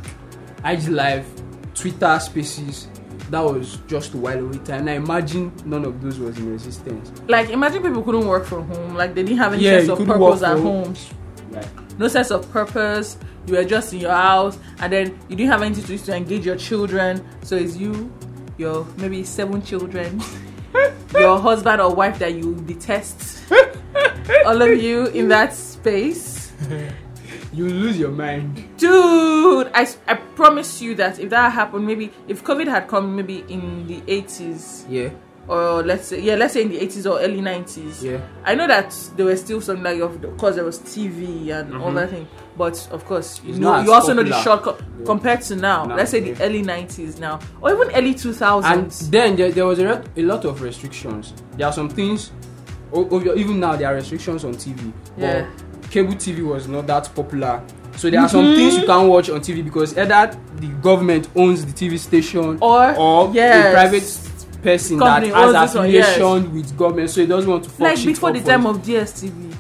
Speaker 1: ig live twitter spaces that was just a while away time. Now imagine none of those was in existence.
Speaker 2: Like imagine people couldn't work from home. Like they didn't have any
Speaker 1: Yeah,
Speaker 2: sense
Speaker 1: you
Speaker 2: of
Speaker 1: couldn't work
Speaker 2: purpose at
Speaker 1: from
Speaker 2: home.
Speaker 1: Like
Speaker 2: No sense of purpose. You were just in your house, and then you didn't have anything to use to engage your children. So it's you, your maybe seven children, your husband or wife that you detest. All of you in that space.
Speaker 1: you lose your mind.
Speaker 2: dude I, s- I promise you that if that happened maybe if covid had come maybe in the 80s
Speaker 1: Yeah,
Speaker 2: or let's say yeah let's say in the 80s or early 90s
Speaker 1: yeah.
Speaker 2: i know that there were still some like of of course there was tv and all
Speaker 1: Mhm.
Speaker 2: that thing but of course you
Speaker 1: It's
Speaker 2: know
Speaker 1: not as
Speaker 2: you also know the
Speaker 1: popular.
Speaker 2: shortcut compared to now
Speaker 1: Now,
Speaker 2: let's say the
Speaker 1: yeah.
Speaker 2: early 90s now or even early 2000s
Speaker 1: And then there, there was a, lot- a lot of restrictions. There are some things, o- o- even now there are restrictions on TV.
Speaker 2: Yeah.
Speaker 1: But cable TV was not that popular. So there are some
Speaker 2: Mm-hmm.
Speaker 1: things you can't watch on TV because either the government owns the TV station or
Speaker 2: or, Oh, yes.
Speaker 1: a private person
Speaker 2: Company
Speaker 1: that
Speaker 2: owns
Speaker 1: has
Speaker 2: this one, yes.
Speaker 1: affiliation with government, so he doesn't want to fuck
Speaker 2: like
Speaker 1: shit
Speaker 2: before
Speaker 1: up
Speaker 2: the
Speaker 1: for
Speaker 2: time
Speaker 1: his-
Speaker 2: of DSTV,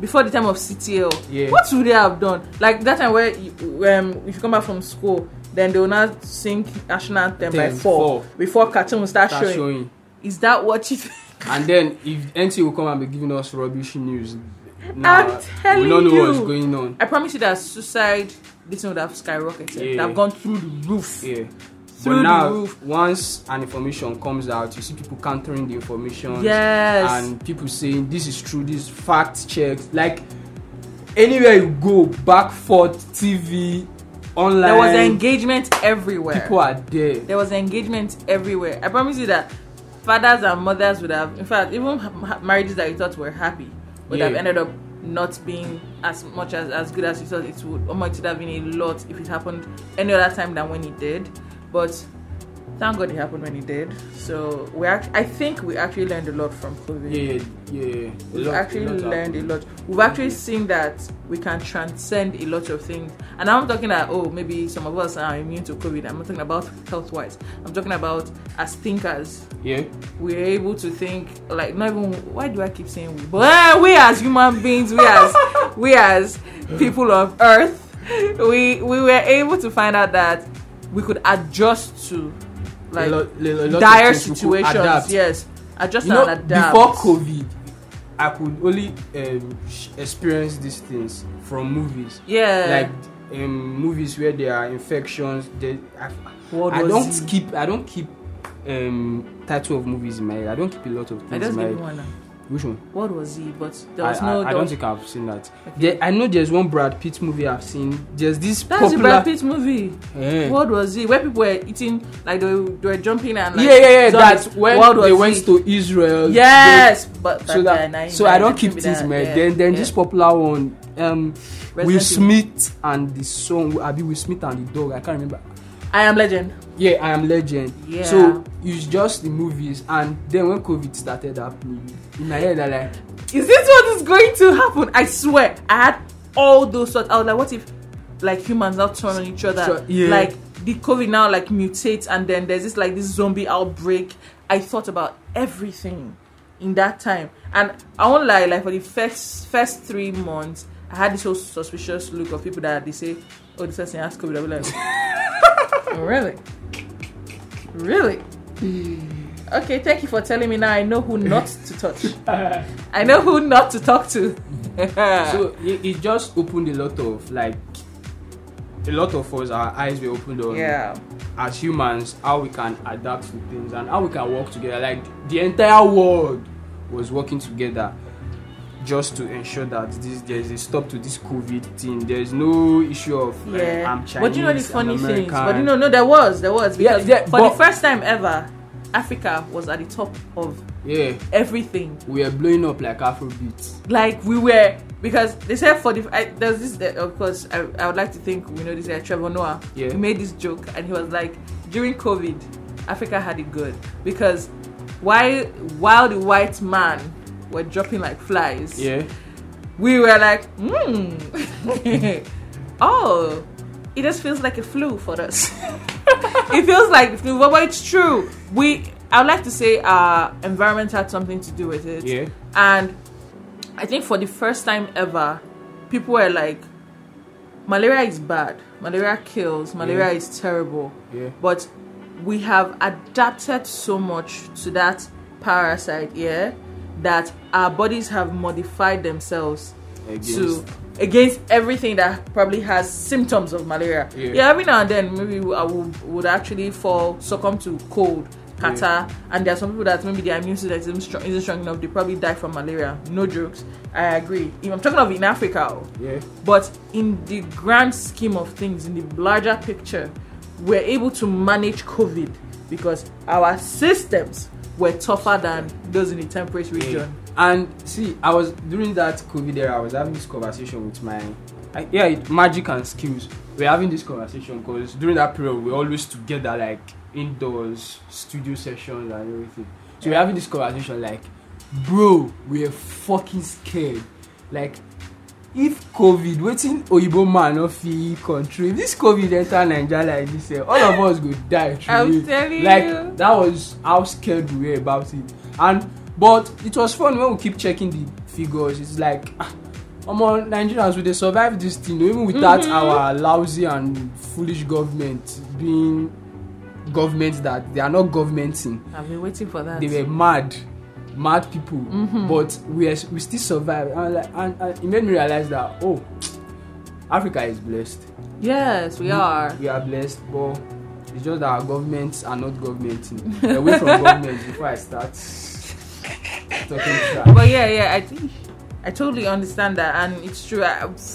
Speaker 2: before the time of CTL,
Speaker 1: Yeah.
Speaker 2: what would they have done? Like that time where you, um, if you come back from school, then they will not sing national anthem by
Speaker 1: Ten,
Speaker 2: four,
Speaker 1: four.
Speaker 2: before cartoon will start,
Speaker 1: Start
Speaker 2: showing.
Speaker 1: showing.
Speaker 2: Is that what you? think?
Speaker 1: And then if NT will come and be giving us rubbish news, now
Speaker 2: telling
Speaker 1: we don't know what's
Speaker 2: you.
Speaker 1: going on.
Speaker 2: I promise you that suicide this thing would have skyrocketed.
Speaker 1: Yeah.
Speaker 2: They have gone through the roof.
Speaker 1: Yeah.
Speaker 2: Through
Speaker 1: But
Speaker 2: the
Speaker 1: now,
Speaker 2: roof.
Speaker 1: once an information comes out, you see people countering the information.
Speaker 2: Yes.
Speaker 1: And people saying this is true, this is fact checked. Like anywhere you go, back forth, TV, online.
Speaker 2: there was engagement everywhere.
Speaker 1: People are there.
Speaker 2: There was engagement everywhere. I promise you that fathers and mothers would have, in fact, even ha- ha- marriages that you thought were happy would have
Speaker 1: Yeah.
Speaker 2: ended up not being as much as as good as you thought it would. Or much would have been a lot if it happened any other time than when it did. But thank God it happened when it did. So we, act- I think we actually learned a lot from COVID.
Speaker 1: Yeah, yeah. A
Speaker 2: We've
Speaker 1: lot- a
Speaker 2: actually
Speaker 1: lot
Speaker 2: learned
Speaker 1: happened.
Speaker 2: a lot. We've actually seen that we can transcend a lot of things. And I'm talking that oh, maybe some of us are immune to COVID. I'm not talking about health wise. I'm talking about as thinkers,
Speaker 1: Yeah.
Speaker 2: we're able to think like not even why do I keep saying we? But eh, we as human beings, we as we as people of Earth, we we were able to find out that we could adjust to like
Speaker 1: a lot, a lot of
Speaker 2: dire
Speaker 1: things we could
Speaker 2: situations.
Speaker 1: adapt.
Speaker 2: Yes, adjust
Speaker 1: you know,
Speaker 2: and adapt.
Speaker 1: before COVID, I could only um, sh- experience these things from movies,
Speaker 2: yeah,
Speaker 1: like um, movies where there are infections. There, I,
Speaker 2: World
Speaker 1: I
Speaker 2: War
Speaker 1: don't
Speaker 2: Z.
Speaker 1: keep. I don't keep um, title of movies in my head. I don't keep a lot of things
Speaker 2: I just
Speaker 1: in my
Speaker 2: gave you
Speaker 1: head.
Speaker 2: one. now.
Speaker 1: Which one?
Speaker 2: What was he? But there was
Speaker 1: I,
Speaker 2: no.
Speaker 1: I, I
Speaker 2: there
Speaker 1: don't
Speaker 2: was-
Speaker 1: think I've seen that.
Speaker 2: Okay.
Speaker 1: There, I know there's one Brad Pitt movie I've seen. There's this
Speaker 2: That's the
Speaker 1: popular.
Speaker 2: Brad Pitt movie.
Speaker 1: Eh.
Speaker 2: What was he? Where people were eating, like they, were- they were jumping and like.
Speaker 1: yeah, yeah, yeah.
Speaker 2: zombies.
Speaker 1: That's when
Speaker 2: World War
Speaker 1: they
Speaker 2: Z.
Speaker 1: went to Israel. they-
Speaker 2: Yes,
Speaker 1: so
Speaker 2: but but, uh,
Speaker 1: that
Speaker 2: nah,
Speaker 1: so
Speaker 2: nah,
Speaker 1: I don't
Speaker 2: they
Speaker 1: keep
Speaker 2: give me
Speaker 1: things
Speaker 2: that,
Speaker 1: man.
Speaker 2: yeah,
Speaker 1: then then
Speaker 2: yeah.
Speaker 1: this popular one, um, Will
Speaker 2: Resident
Speaker 1: Smith and the song, Abi Will Smith and the dog. I can't remember.
Speaker 2: Evil. I am Legend.
Speaker 1: Yeah, I am Legend.
Speaker 2: Yeah.
Speaker 1: So it's just the movies, and then when COVID started happening, in my head I like,
Speaker 2: Is this what is going to happen? I swear, I had all those thoughts. I was like, what if, like humans now turn on each other?
Speaker 1: Sure, yeah.
Speaker 2: Like the COVID now like mutates, and then there's this like this zombie outbreak. I thought about everything in that time, and I won't lie. Like for the first first three months, I had this whole suspicious look of people that they say, "Oh, this person has COVID." I'll be like, "Oh, "Really, really." Okay, thank you for telling me. Now I know who not to touch. I know who not to talk to.
Speaker 1: so it, it just opened a lot of like, a lot of us our eyes were opened on
Speaker 2: yeah,
Speaker 1: as humans how we can adapt to things and how we can work together. Like the entire world was working together just to ensure that this there is a stop to this COVID thing. There is no issue of like,
Speaker 2: yeah.
Speaker 1: I'm Chinese,
Speaker 2: but you know the funny
Speaker 1: I'm
Speaker 2: things.
Speaker 1: American.
Speaker 2: But you know, no, there was, there was
Speaker 1: Yeah,
Speaker 2: because
Speaker 1: yeah,
Speaker 2: for the
Speaker 1: but-
Speaker 2: first time ever, Africa was at the top of
Speaker 1: yeah,
Speaker 2: everything.
Speaker 1: we are blowing up like Afrobeats.
Speaker 2: Like we were because they said for the I, there was this that- of course I, I would like to think we know this guy Trevor Noah.
Speaker 1: Yeah.
Speaker 2: He made this joke and he was like during COVID, Africa had it good because why while the white man were dropping like flies.
Speaker 1: Yeah.
Speaker 2: we were like, hmm, oh, it just feels like a flu for us. it feels like a flu, but it's true. We, I would like to say, our environment had something to do with it.
Speaker 1: Yeah.
Speaker 2: And I think for the first time ever, people were like, malaria is bad, malaria kills, malaria
Speaker 1: Yeah.
Speaker 2: is terrible.
Speaker 1: Yeah.
Speaker 2: But we have adapted so much to that parasite yeah that our bodies have modified themselves to
Speaker 1: Against.
Speaker 2: against everything that probably has symptoms of malaria
Speaker 1: Yeah.
Speaker 2: yeah, every now and then maybe i would, would actually fall succumb to cold catarrh and there are some people that maybe their immune system isn't strong, isn't strong enough they probably die from malaria no jokes i agree if i'm talking of in africa oh,
Speaker 1: Yeah.
Speaker 2: but in the grand scheme of things, in the larger picture, we're able to manage COVID because our systems were tougher than those in the temperate region.
Speaker 1: And see, I was during that COVID era, I was having this conversation with my, I, yeah, it- magic and skills. We're having this conversation because during that period, we're always together, like indoors, studio sessions, and everything. So we're having this conversation, like, bro, we're fucking scared. Like, if COVID, waiting Oyibo man no fit country, if this COVID enter Naija like this, eh, all of us go die. through
Speaker 2: I'm
Speaker 1: it.
Speaker 2: telling
Speaker 1: like,
Speaker 2: you.
Speaker 1: that was how scared we were about it and but it was fun when we keep checking the figures it's like ah omo nigerians we dey survive this thing even without mm -hmm. our lousy and foolish government being government that they are not governmenting
Speaker 2: I've been waiting for that.
Speaker 1: they were mad mad people mm -hmm. but we are, we still survive and like and, and it made me realize that oh africa is blessed
Speaker 2: yes,
Speaker 1: Mm.
Speaker 2: we are.
Speaker 1: we are blessed but it's just that our governments are not governmenting We're away from government before i start talking trash
Speaker 2: But yeah, yeah, I think I totally understand that, and it's true. I,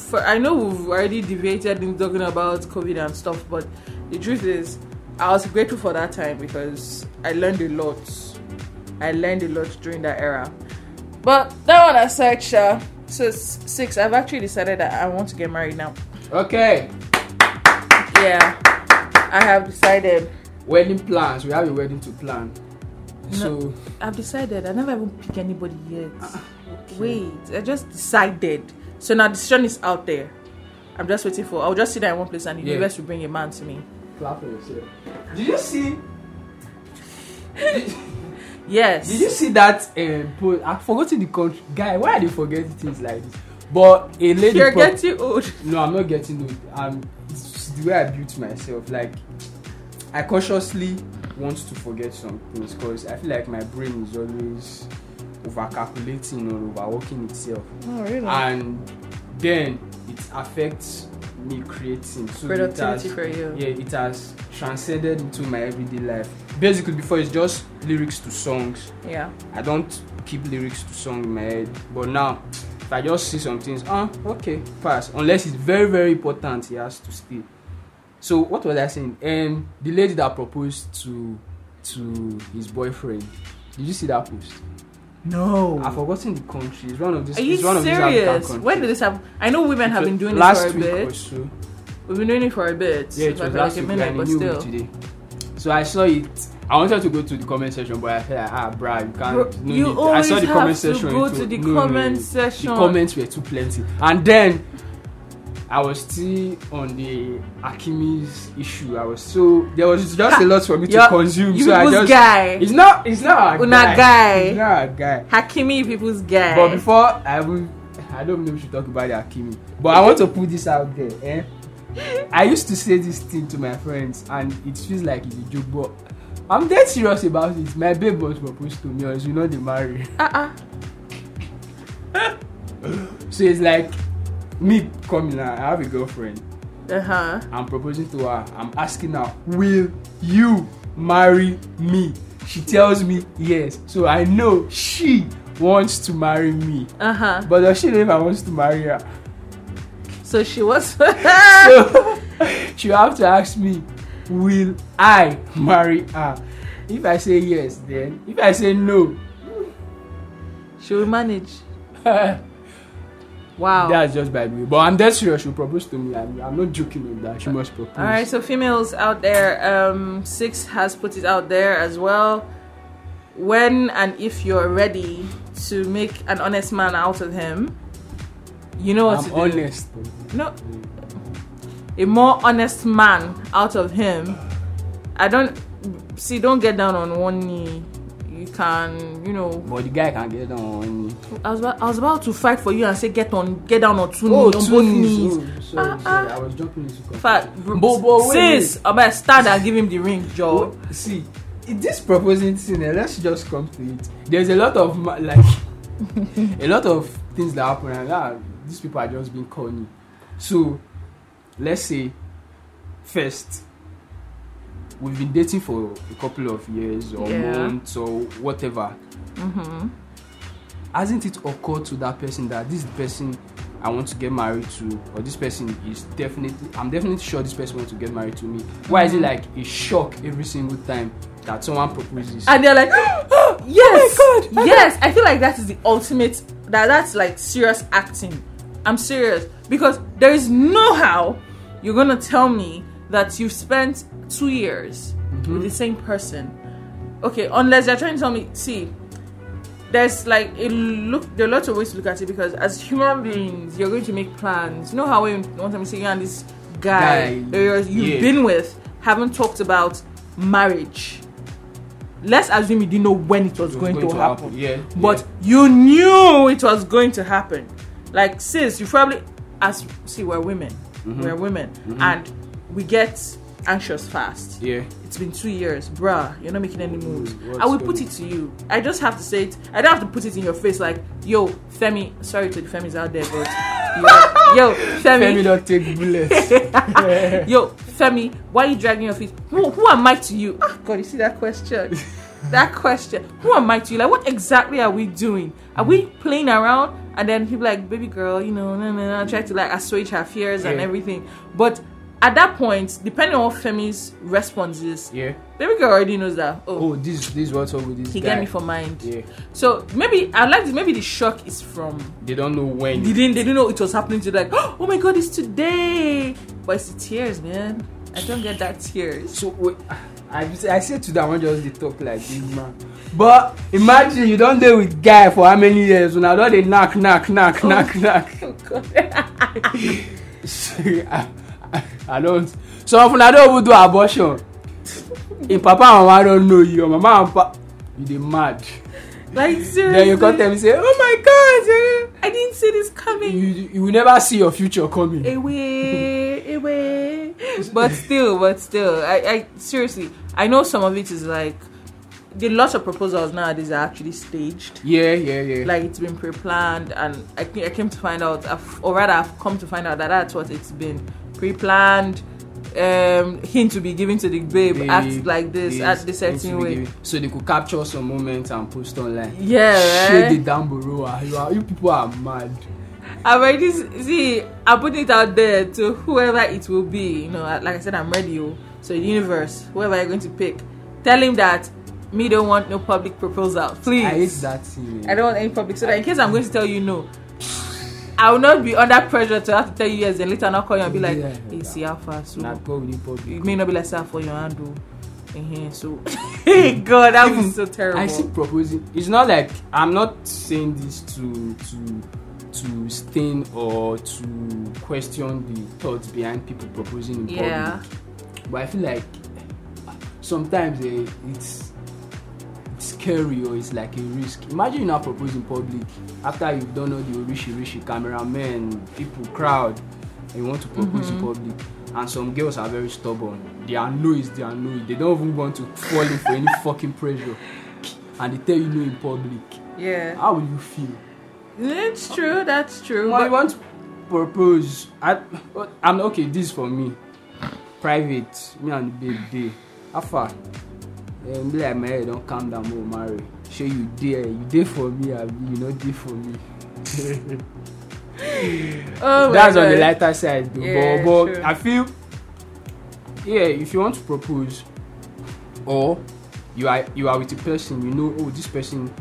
Speaker 2: for, I know we've already debated in talking about COVID and stuff, but the truth is, I was grateful for that time because I learned a lot. I learned a lot during that era. But that one aside, Sha, so s- six, I've actually decided that I want to get married now.
Speaker 1: okay
Speaker 2: Yeah, I have decided.
Speaker 1: wedding plans we have a wedding to plan so
Speaker 2: I've decided. I never even pick anybody yet.
Speaker 1: Ah,
Speaker 2: Wait, I just decided. So now decision is out there. I'm just waiting for. I'll just sit down in one place and the
Speaker 1: Yeah.
Speaker 2: universe will bring a man to me.
Speaker 1: clap for yourself did you see
Speaker 2: Yes.
Speaker 1: did you see that um, post i forget the country guy why i dey forget things like this but a lady
Speaker 2: You're
Speaker 1: pro-
Speaker 2: getting old.
Speaker 1: no i'm not getting old i'm it's the way i built myself like i consciously want to forget some things because i feel like my brain is always over calculating or overworking itself
Speaker 2: Oh really?
Speaker 1: and then it affects me creating so it
Speaker 2: Productivity
Speaker 1: has
Speaker 2: for you.
Speaker 1: yeah it has transcended into my everyday life basically before it's just lyrics to songs
Speaker 2: yeah.
Speaker 1: I don't keep lyrics to song in my head, but now if I just see some things, ah, okay, pass. Unless it's very, very important, he has to stay. So what was I saying? Um, the lady that proposed to to his boyfriend. Did you see that post?
Speaker 2: No.
Speaker 1: I've forgotten the country. It's one of these.
Speaker 2: Are you
Speaker 1: it's one Of these African
Speaker 2: serious?
Speaker 1: countries.
Speaker 2: When did this happen? I know women
Speaker 1: It
Speaker 2: have
Speaker 1: was
Speaker 2: been doing
Speaker 1: last
Speaker 2: this for a
Speaker 1: week
Speaker 2: bit.
Speaker 1: or so.
Speaker 2: We've been doing it for a bit.
Speaker 1: Yeah, it
Speaker 2: It's
Speaker 1: was
Speaker 2: like
Speaker 1: last
Speaker 2: a
Speaker 1: week.
Speaker 2: minute,
Speaker 1: and
Speaker 2: but
Speaker 1: it new
Speaker 2: still.
Speaker 1: week today. So I saw it. I wanted to go to the comment section, but I felt like, ah, bruh, you can't.
Speaker 2: Bro,
Speaker 1: no
Speaker 2: you
Speaker 1: need. I
Speaker 2: always
Speaker 1: saw the
Speaker 2: have
Speaker 1: comment
Speaker 2: to
Speaker 1: section.
Speaker 2: go
Speaker 1: it
Speaker 2: to
Speaker 1: was-
Speaker 2: the
Speaker 1: no, no, no,
Speaker 2: comment
Speaker 1: no.
Speaker 2: section.
Speaker 1: The comments were too plenty, and then I was still on the Akimi's issue. I was so there was just a lot for me to
Speaker 2: You're-
Speaker 1: consume.
Speaker 2: you
Speaker 1: So I
Speaker 2: people's
Speaker 1: just
Speaker 2: guy.
Speaker 1: It's not. It's not a
Speaker 2: Una guy.
Speaker 1: It's not a guy.
Speaker 2: Hakimi people's guy.
Speaker 1: But before I will, I don't know if we should talk about the Akimi. But I want to put this out there. Eh? I used to say this thing to my friends, and it feels like it's a joke, but I'm dead serious about it. My babe was proposed to me, or you know, they marry.
Speaker 2: uh-uh.
Speaker 1: So it's like me coming now. I have a girlfriend.
Speaker 2: Uh-huh.
Speaker 1: I'm proposing to her. I'm asking her, will you marry me? She tells me yes. So I know she wants to marry me.
Speaker 2: Uh-huh.
Speaker 1: But does she know if I want to marry her?
Speaker 2: So she was
Speaker 1: So she will have to ask me, will I marry her? If I say yes, then if I say no,
Speaker 2: she will manage. Wow.
Speaker 1: that's just by the way. But I'm dead serious. She will propose to me. I'm, I'm not joking with that. She must propose.
Speaker 2: All right, so females out there, um, Six has put it out there as well. When and if you're ready to make an honest man out of him, you know what
Speaker 1: I'm
Speaker 2: to do.
Speaker 1: honest.
Speaker 2: No, a more honest man out of him. I don't see. Don't get down on one knee. You you can, you know.
Speaker 1: But the guy can get on.
Speaker 2: I was, about, I was about to fight for you and say get on, get down on two
Speaker 1: Oh,
Speaker 2: knees, on
Speaker 1: two
Speaker 2: both
Speaker 1: knees.
Speaker 2: knees.
Speaker 1: Oh, sorry,
Speaker 2: Ah,
Speaker 1: sorry. I was jumping into conclusion.
Speaker 2: Fact,
Speaker 1: But- but wait,
Speaker 2: sis, I better stand and give him the ring, jaw.
Speaker 1: Oh, see, in this proposing thing, eh, let's just come to it. There's a lot of ma- like a lot of things that happen, and ah, these people are just being corny. So, let's say first, we've been dating for a couple of years or
Speaker 2: Yeah.
Speaker 1: months or whatever.
Speaker 2: Mm-hmm.
Speaker 1: Hasn't it occurred to that person that this person I want to get married to, or this person is definitely, I'm definitely sure this person wants to get married to me. Why is it like a shock every single time that someone proposes?
Speaker 2: And they're like,
Speaker 1: Oh
Speaker 2: yes, yes. I feel like that is the ultimate. That that's like serious acting. I'm serious because there is no how you're gonna tell me that you've spent two years
Speaker 1: Mm-hmm.
Speaker 2: with the same person. Okay, unless they're trying to tell me, see, there's like a look there are lots of ways to look at it because as human beings you're going to make plans you know how when one time you say you and this guy,
Speaker 1: Guy,
Speaker 2: that you're- you've
Speaker 1: yeah.
Speaker 2: been with haven't talked about marriage let's assume you didn't know when it was,
Speaker 1: It was
Speaker 2: going, to happen,
Speaker 1: Yeah,
Speaker 2: but
Speaker 1: yeah.
Speaker 2: you knew it was going to happen like sis you probably as see we're women we're women and we get anxious fast
Speaker 1: yeah,
Speaker 2: it's been two years, bruh. You're not making any moves.
Speaker 1: what's
Speaker 2: I will
Speaker 1: going
Speaker 2: put it to you. I just have to say it. I don't have to put it in your face like, yo, Femi. Sorry to the Femis out there, but yo, yo,
Speaker 1: Femi
Speaker 2: Femi,
Speaker 1: don't take bullets.
Speaker 2: yo, Femi. Why are you dragging your feet? Who, who am I to you? Ah, God, you see that question? that question. Who am I to you? Like, what exactly are we doing? Are we playing around? And then people like, baby girl, you know, no, no, no. Try to like assuage her fears and
Speaker 1: Yeah.
Speaker 2: everything, but. At that point, depending on what Femi's response is,
Speaker 1: yeah.
Speaker 2: Baby girl already knows that. Oh,
Speaker 1: Oh, this this what's up with this
Speaker 2: he
Speaker 1: guy?
Speaker 2: get me for mind.
Speaker 1: yeah,
Speaker 2: So maybe I like this. Maybe the shock is from
Speaker 1: they don't know when.
Speaker 2: they didn't they didn't know it was happening to like oh my god it's today. But it's the tears, man. I don't get that tears.
Speaker 1: So wait, I I said to that one just dey talk like this man. But imagine you don dey with guy for how many years una don dey knack knack knack
Speaker 2: Oh.
Speaker 1: knack knack.
Speaker 2: Oh god.
Speaker 1: See, I, I, I don't. Some of una don even do abortion. Im papa and mama don know you, your mama and pa you dey mad.
Speaker 2: like seriously.
Speaker 1: Then you come tell me say, oh my God,
Speaker 2: I didn't see this
Speaker 1: eh,
Speaker 2: coming.
Speaker 1: you you will never see your future coming.
Speaker 2: Eh. away, away. But still, but still, I, I seriously, I know some of it is like the lots of proposals nowadays are actually staged.
Speaker 1: Yeah, yeah, yeah.
Speaker 2: like it's been pre-planned and I, ca- I came to find out I've, or rather I've come to find out that that's what it's been pre-planned um hint to be given to the babe
Speaker 1: They-
Speaker 2: act like this
Speaker 1: they
Speaker 2: act the
Speaker 1: seem to
Speaker 2: certain
Speaker 1: be
Speaker 2: way
Speaker 1: giving- So they could capture some moments and post online.
Speaker 2: yeah
Speaker 1: Shade
Speaker 2: right?
Speaker 1: it down below. ah. You, are, you people are mad.
Speaker 2: I've already s- see I put it out there to whoever it will be you know I- like I said I'm ready oh. so the universe whoever you're going to pick tell him that me don't want no public proposal please
Speaker 1: I hate that scene.
Speaker 2: I don't want any public so that in case I'm going to tell you no, I will not be under pressure to have to tell you yes. Then later, I'll not call you and be like,
Speaker 1: Yeah.
Speaker 2: "Hey, see how far." So
Speaker 1: Not go with the
Speaker 2: you
Speaker 1: public.
Speaker 2: may not be like, "Sir, for your hand, do." uh So, hey God, that was so terrible.
Speaker 1: I see proposing. It's not like I'm not saying this to to to stain or to question the thoughts behind people proposing in
Speaker 2: Yeah,
Speaker 1: public. But I feel like sometimes eh, it's it's scary or it's like a risk. Imagine you now propose in public after you've done all the orishi orishi cameramen, people, crowd, and you want to propose in public. And some girls are very stubborn. They are no is they are no. They don't even want to fall in for any fucking pressure. And they tell you no in public.
Speaker 2: yeah,
Speaker 1: How will you feel?
Speaker 2: it's true. That's true.
Speaker 1: Well, you
Speaker 2: but
Speaker 1: want to propose. I, I'm okay. This is for me. Private. Me and the babe dey. How far? Um, be like my head don calm down more marry. Shey you dey you dey for me abi you no dey for me.
Speaker 2: oh my
Speaker 1: That's on the
Speaker 2: God.
Speaker 1: lighter side though.
Speaker 2: Yeah,
Speaker 1: but but
Speaker 2: true.
Speaker 1: I feel yeah if you want to propose or you are you are with a person you know oh this person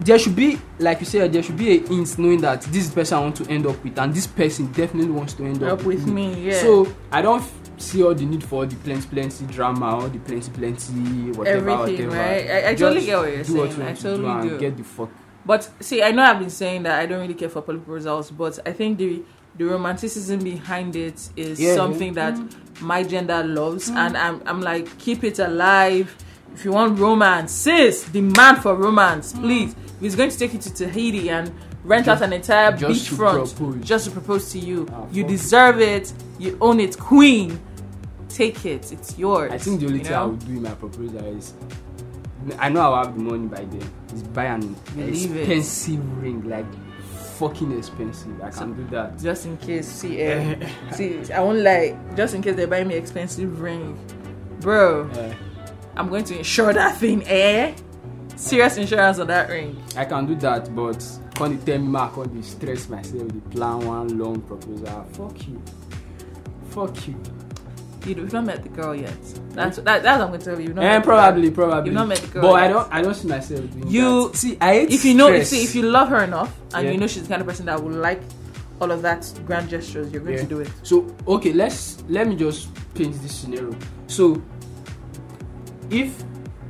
Speaker 1: there should be like you said there should be a hint knowing that this is the person i want to end up with and this person definitely wants to end up,
Speaker 2: Up with me, yeah.
Speaker 1: so i don't f- see all the need for all the plenty plenty drama all the plenty plenty whatever
Speaker 2: Everything,
Speaker 1: whatever
Speaker 2: right? I- I
Speaker 1: Just
Speaker 2: totally get what you're
Speaker 1: do what
Speaker 2: saying.
Speaker 1: you
Speaker 2: I
Speaker 1: want to do
Speaker 2: totally
Speaker 1: and
Speaker 2: do.
Speaker 1: get the fuck
Speaker 2: But see, I know I've been saying that I don't really care for public results, but I think the the romanticism behind it is
Speaker 1: Yeah.
Speaker 2: something that my gender loves, and I'm I'm like keep it alive, if you want romance, sis, demand for romance, please. If he's going to take you to Tahiti and rent
Speaker 1: Just-
Speaker 2: out an entire
Speaker 1: just to
Speaker 2: Uh, beachfront
Speaker 1: propose.
Speaker 2: just to propose to you.
Speaker 1: Ah,
Speaker 2: you
Speaker 1: fuck.
Speaker 2: deserve it. You own it, queen. Take it. It's yours.
Speaker 1: I think the only
Speaker 2: you
Speaker 1: thing I
Speaker 2: know?
Speaker 1: would do in my proposal is I know I'll have the money by then. Is buy an
Speaker 2: Believe it.
Speaker 1: expensive ring, like fucking expensive. I
Speaker 2: So-
Speaker 1: can do that.
Speaker 2: just in case. See, eh, see, I won't lie. Just in case they buy me expensive ring, bro.
Speaker 1: Eh,
Speaker 2: I'm going to insure that thing, eh? Serious insurance on that ring.
Speaker 1: I can do that, but on the ten mark, on the stress myself, the plan one long proposal. Fuck you, fuck you.
Speaker 2: You know, You've not met the girl yet. That's that, that's what I'm going to tell you. You've not met
Speaker 1: And
Speaker 2: the girl.
Speaker 1: Eh, probably, probably.
Speaker 2: You've not met the girl
Speaker 1: But I
Speaker 2: yet.
Speaker 1: don't, I don't see myself doing
Speaker 2: You-
Speaker 1: that. see, I hate
Speaker 2: If you know,
Speaker 1: stress.
Speaker 2: see, if you love her enough, and
Speaker 1: Yeah.
Speaker 2: you know she's the kind of person that would like all of that grand gestures, you're going
Speaker 1: Yeah.
Speaker 2: to do it.
Speaker 1: So okay, let's let me just paint this scenario. So if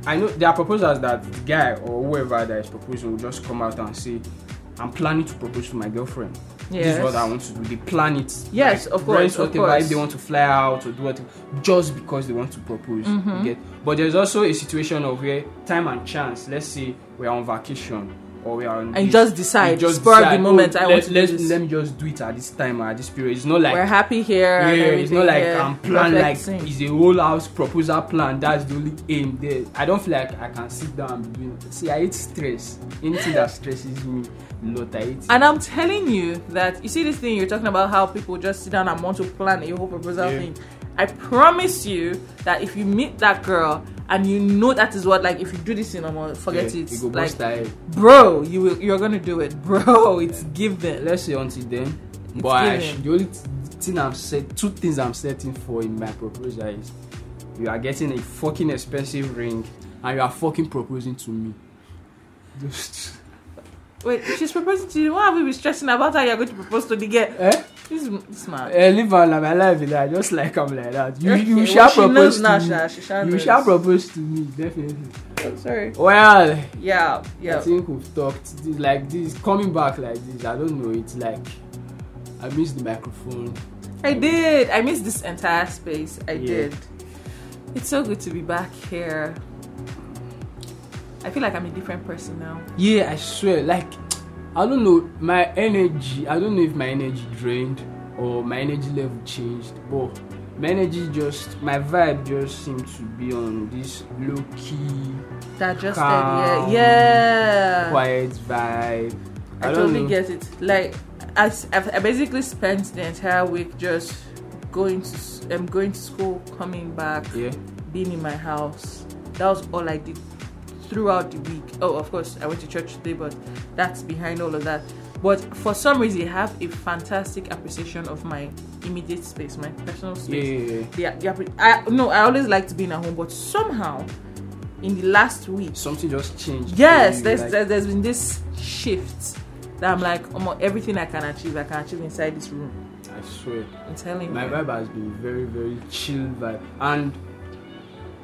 Speaker 1: I know there are proposals that the guy or whoever that is proposing will just come out and say, I'm planning to propose to my girlfriend. This is
Speaker 2: Yes.
Speaker 1: what I want to do. They plan it.
Speaker 2: Yes, of course,
Speaker 1: rent
Speaker 2: of
Speaker 1: whatever
Speaker 2: course.
Speaker 1: if they want to fly out or do whatever just because they want to propose. you
Speaker 2: Mm-hmm.
Speaker 1: get? But there's also a situation of where time and chance, let's say we're on vacation or we are on
Speaker 2: And you
Speaker 1: this,
Speaker 2: just decide,
Speaker 1: you
Speaker 2: spur
Speaker 1: decide,
Speaker 2: the moment,
Speaker 1: "Oh,
Speaker 2: I
Speaker 1: let,
Speaker 2: want to do
Speaker 1: let's-
Speaker 2: this."
Speaker 1: let me just do it at this time or at this period. It's not like
Speaker 2: We're happy here. and
Speaker 1: yeah, it's not
Speaker 2: everything,
Speaker 1: like
Speaker 2: yeah.
Speaker 1: I'm planned like
Speaker 2: Perfect thing.
Speaker 1: it's a whole house proposal plan. That's the only aim there. I don't feel like I can sit down and be doing. See, I hate stress. Anything that stresses me, a lot I hate.
Speaker 2: And I'm telling you that you see this thing you're talking about how people just sit down and want to plan a whole proposal
Speaker 1: Yeah.
Speaker 2: thing. I promise you that if you meet that girl and you know that is what like if you do this in a month, forget
Speaker 1: Yeah,
Speaker 2: it.
Speaker 1: you go
Speaker 2: Like
Speaker 1: bust her head.
Speaker 2: bro, you will you're gonna do it. Bro, it's given.
Speaker 1: Let's say until then. But I
Speaker 2: given.
Speaker 1: should, the only th- thing I'm set, two things I'm setting for in my proposal is you are getting a fucking expensive ring and you are fucking proposing to me. Just
Speaker 2: Wait, she's proposing to you. Why are we be stressing about how you're going to propose to the girl?
Speaker 1: eh?
Speaker 2: This is this man.
Speaker 1: Eh, live on my life is like just like I'm like that. You you
Speaker 2: Ah. Okay,
Speaker 1: shall
Speaker 2: well, she
Speaker 1: propose
Speaker 2: knows now,
Speaker 1: to me.
Speaker 2: Sha. She shall
Speaker 1: You
Speaker 2: knows.
Speaker 1: shall propose to me, definitely.
Speaker 2: Oh, sorry.
Speaker 1: Well,
Speaker 2: Yeah,
Speaker 1: I
Speaker 2: yeah.
Speaker 1: think we've talked this, like this, coming back like this. I don't know. It's like I miss the microphone.
Speaker 2: I did. I missed this entire space. I
Speaker 1: Yeah.
Speaker 2: did. It's so good to be back here. I feel like I'm a different person now.
Speaker 1: Yeah, I swear. Like I don't know my energy. I don't know if my energy drained or my energy level changed, but my energy just my vibe just seemed to be on this low key,
Speaker 2: That just
Speaker 1: Calm.
Speaker 2: said, yeah, yeah.
Speaker 1: quiet vibe.
Speaker 2: Uh, I,
Speaker 1: don't
Speaker 2: totally
Speaker 1: know.
Speaker 2: get it. Like, I, s- I've- I basically spent the entire week just going to, s- um, going to school, coming back,
Speaker 1: Yeah.
Speaker 2: being in my house. That was all I did throughout the week. Oh, of course, I went to church today, but that's behind all of that. But for some reason, I have a fantastic appreciation of my immediate space, my personal
Speaker 1: Yeah,
Speaker 2: space.
Speaker 1: yeah, yeah.
Speaker 2: Yeah, yeah. but I no, I always liked being at home, but somehow, in the last week,
Speaker 1: Something just changed. for
Speaker 2: yes,
Speaker 1: you,
Speaker 2: there's
Speaker 1: like-
Speaker 2: there- there's been this shift that I'm like, almost everything I can achieve, I can achieve inside this room.
Speaker 1: I swear.
Speaker 2: I'm telling
Speaker 1: My
Speaker 2: you.
Speaker 1: vibe has been very, very chill vibe. And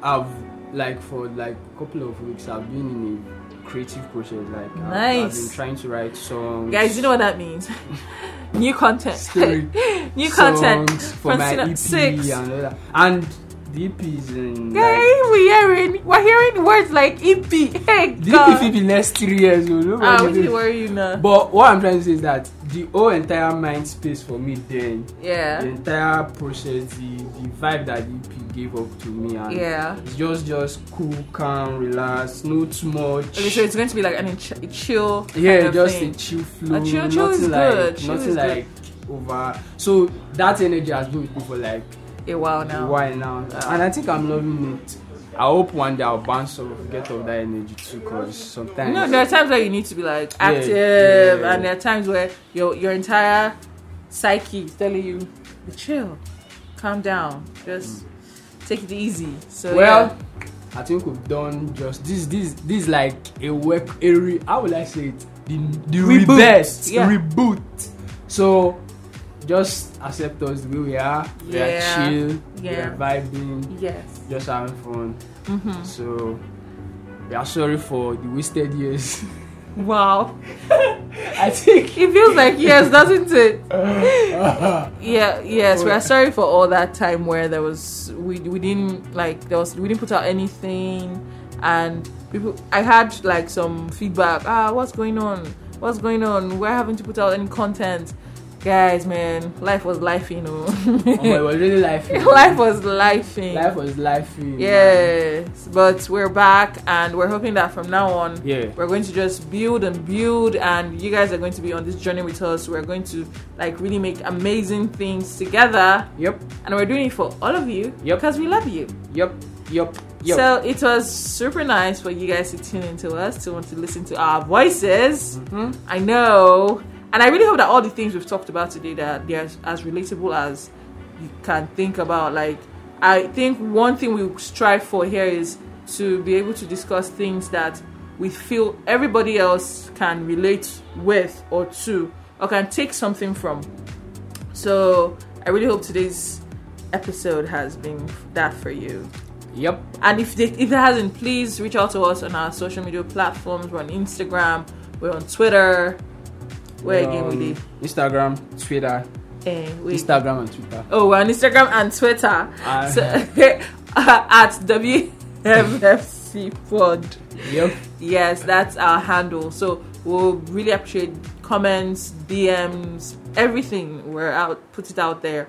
Speaker 1: I've like for like a couple of weeks I've been in a creative process. Like I've- I've,
Speaker 2: Nice.
Speaker 1: been trying to write songs.
Speaker 2: Guys, you know what that means? New content.
Speaker 1: story
Speaker 2: New
Speaker 1: songs
Speaker 2: content.
Speaker 1: for
Speaker 2: from
Speaker 1: my
Speaker 2: Sina-
Speaker 1: EP
Speaker 2: six.
Speaker 1: and all that. And the EP is in like,
Speaker 2: Hey, we're hearing we're hearing words like EP. Hey
Speaker 1: the EP
Speaker 2: God.
Speaker 1: fit be next three years old.
Speaker 2: Ah,
Speaker 1: Nobody
Speaker 2: we
Speaker 1: knows.
Speaker 2: worry you now.
Speaker 1: But what I'm trying to say is that the whole entire mind space for me then the
Speaker 2: Yeah.
Speaker 1: entire process, the, the vibe that EP gave up to me, and
Speaker 2: Yeah.
Speaker 1: it's just just cool, calm, relaxed, no too much.
Speaker 2: Okay, so it's going to be like an a chill. kind
Speaker 1: yeah,
Speaker 2: of
Speaker 1: just
Speaker 2: thing.
Speaker 1: a chill flow.
Speaker 2: A chill- chill is
Speaker 1: nothing like,
Speaker 2: good, chill
Speaker 1: nothing
Speaker 2: is good.
Speaker 1: like over. So that energy has been with me for like
Speaker 2: a while
Speaker 1: a
Speaker 2: now.
Speaker 1: while now, and I think I'm loving it. I hope one day I'll bounce off, get off that energy too, cause sometimes
Speaker 2: No, there are times where you need to be like
Speaker 1: Yeah,
Speaker 2: active,
Speaker 1: yeah.
Speaker 2: and there are times where your your entire psyche is telling you, "Be chill, calm down, just take it easy. So
Speaker 1: Well, I think we've done just this. This this is like a work area. How would I say it? The the
Speaker 2: Reboot,
Speaker 1: rebest
Speaker 2: yeah.
Speaker 1: reboot. So just accept us the way we are.
Speaker 2: Yeah,
Speaker 1: We are chill.
Speaker 2: yeah.
Speaker 1: We are vibing.
Speaker 2: yeah, yes,
Speaker 1: Just having fun.
Speaker 2: Mhm.
Speaker 1: So we are sorry for the wasted years.
Speaker 2: wow,
Speaker 1: I think.
Speaker 2: it feels like yes, doesn't it?
Speaker 1: Uh,
Speaker 2: Yeah, yes, we are sorry for all that time where there was we we didn't like there was we didn't put out anything, and people i had like some feedback ah what's going on what's going on why haven't you put out any content guys man life was life you know
Speaker 1: Omo, it was really life.
Speaker 2: life was lifing
Speaker 1: Oh, Life was life.
Speaker 2: yes but we're back and we're hoping that from now on
Speaker 1: Yeah.
Speaker 2: we're going to just build and build and you guys are going to be on this journey with us we're going to like really make amazing things together
Speaker 1: Yep.
Speaker 2: and we're doing it for all of you
Speaker 1: Yep.
Speaker 2: because we love you
Speaker 1: Yep. Yep. Yep.
Speaker 2: so it was super nice for you guys to tune into us to want to listen to our voices
Speaker 1: Mhm.
Speaker 2: i know and i really hope that all the things we've talked about today that they're as- as relatable as you can think about like i think one thing we strive for here is to be able to discuss things that we feel everybody else can relate with or to or can take something from so i really hope today's episode has been that for you
Speaker 1: Yep.
Speaker 2: and if they, if it hasn't, please reach out to us on our social media platforms. We're on Instagram, we're on Twitter. Where again
Speaker 1: Um,
Speaker 2: we did?
Speaker 1: Instagram, Twitter,
Speaker 2: Eh, we,
Speaker 1: Instagram and Twitter.
Speaker 2: Oh, we're on Instagram and Twitter.
Speaker 1: Uh,
Speaker 2: so, at WMFC Pod.
Speaker 1: Yep.
Speaker 2: Yes, that's our handle. So we'll really appreciate comments, DMs, everything. We're out, put it out there,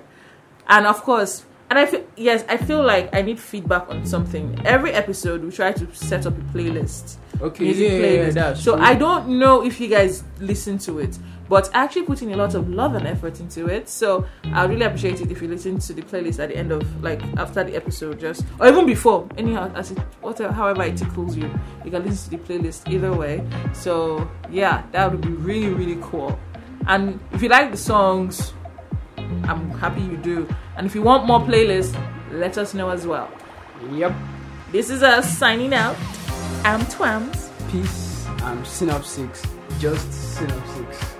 Speaker 2: and of course, and I feel yes, I feel like I need feedback on something. Every episode, we try to set up a playlist,
Speaker 1: Okay.
Speaker 2: music
Speaker 1: yeah, yeah,
Speaker 2: playlist.
Speaker 1: yeah, that's
Speaker 2: so
Speaker 1: true.
Speaker 2: I don't know if you guys listen to it, but I actually put in a lot of love and effort into it. So I really appreciate it if you listen to the playlist at the end of like after the episode, just or even before. Anyhow, as it whatever, however it tickles you, you can listen to the playlist either way. So yeah, that would be really really cool. And if you like the songs, I'm happy you do. And if you want more playlists, let us know as well.
Speaker 1: Yep.
Speaker 2: This is us signing out. I'm Twams.
Speaker 1: Peace. I'm synopsis. Just synopsis.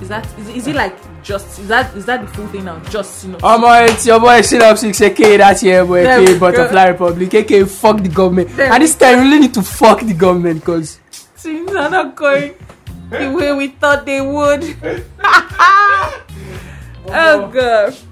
Speaker 2: Is that is, is it like just is that is that the full thing now? Just you know.
Speaker 1: Oh my, it's your boy synopsis. AK, that's your boy.
Speaker 2: There we
Speaker 1: AK
Speaker 2: go.
Speaker 1: Butterfly Republic. AK, fuck the government.
Speaker 2: There
Speaker 1: and this time, you really need to fuck the government because
Speaker 2: things are not going the way we thought they would. oh god.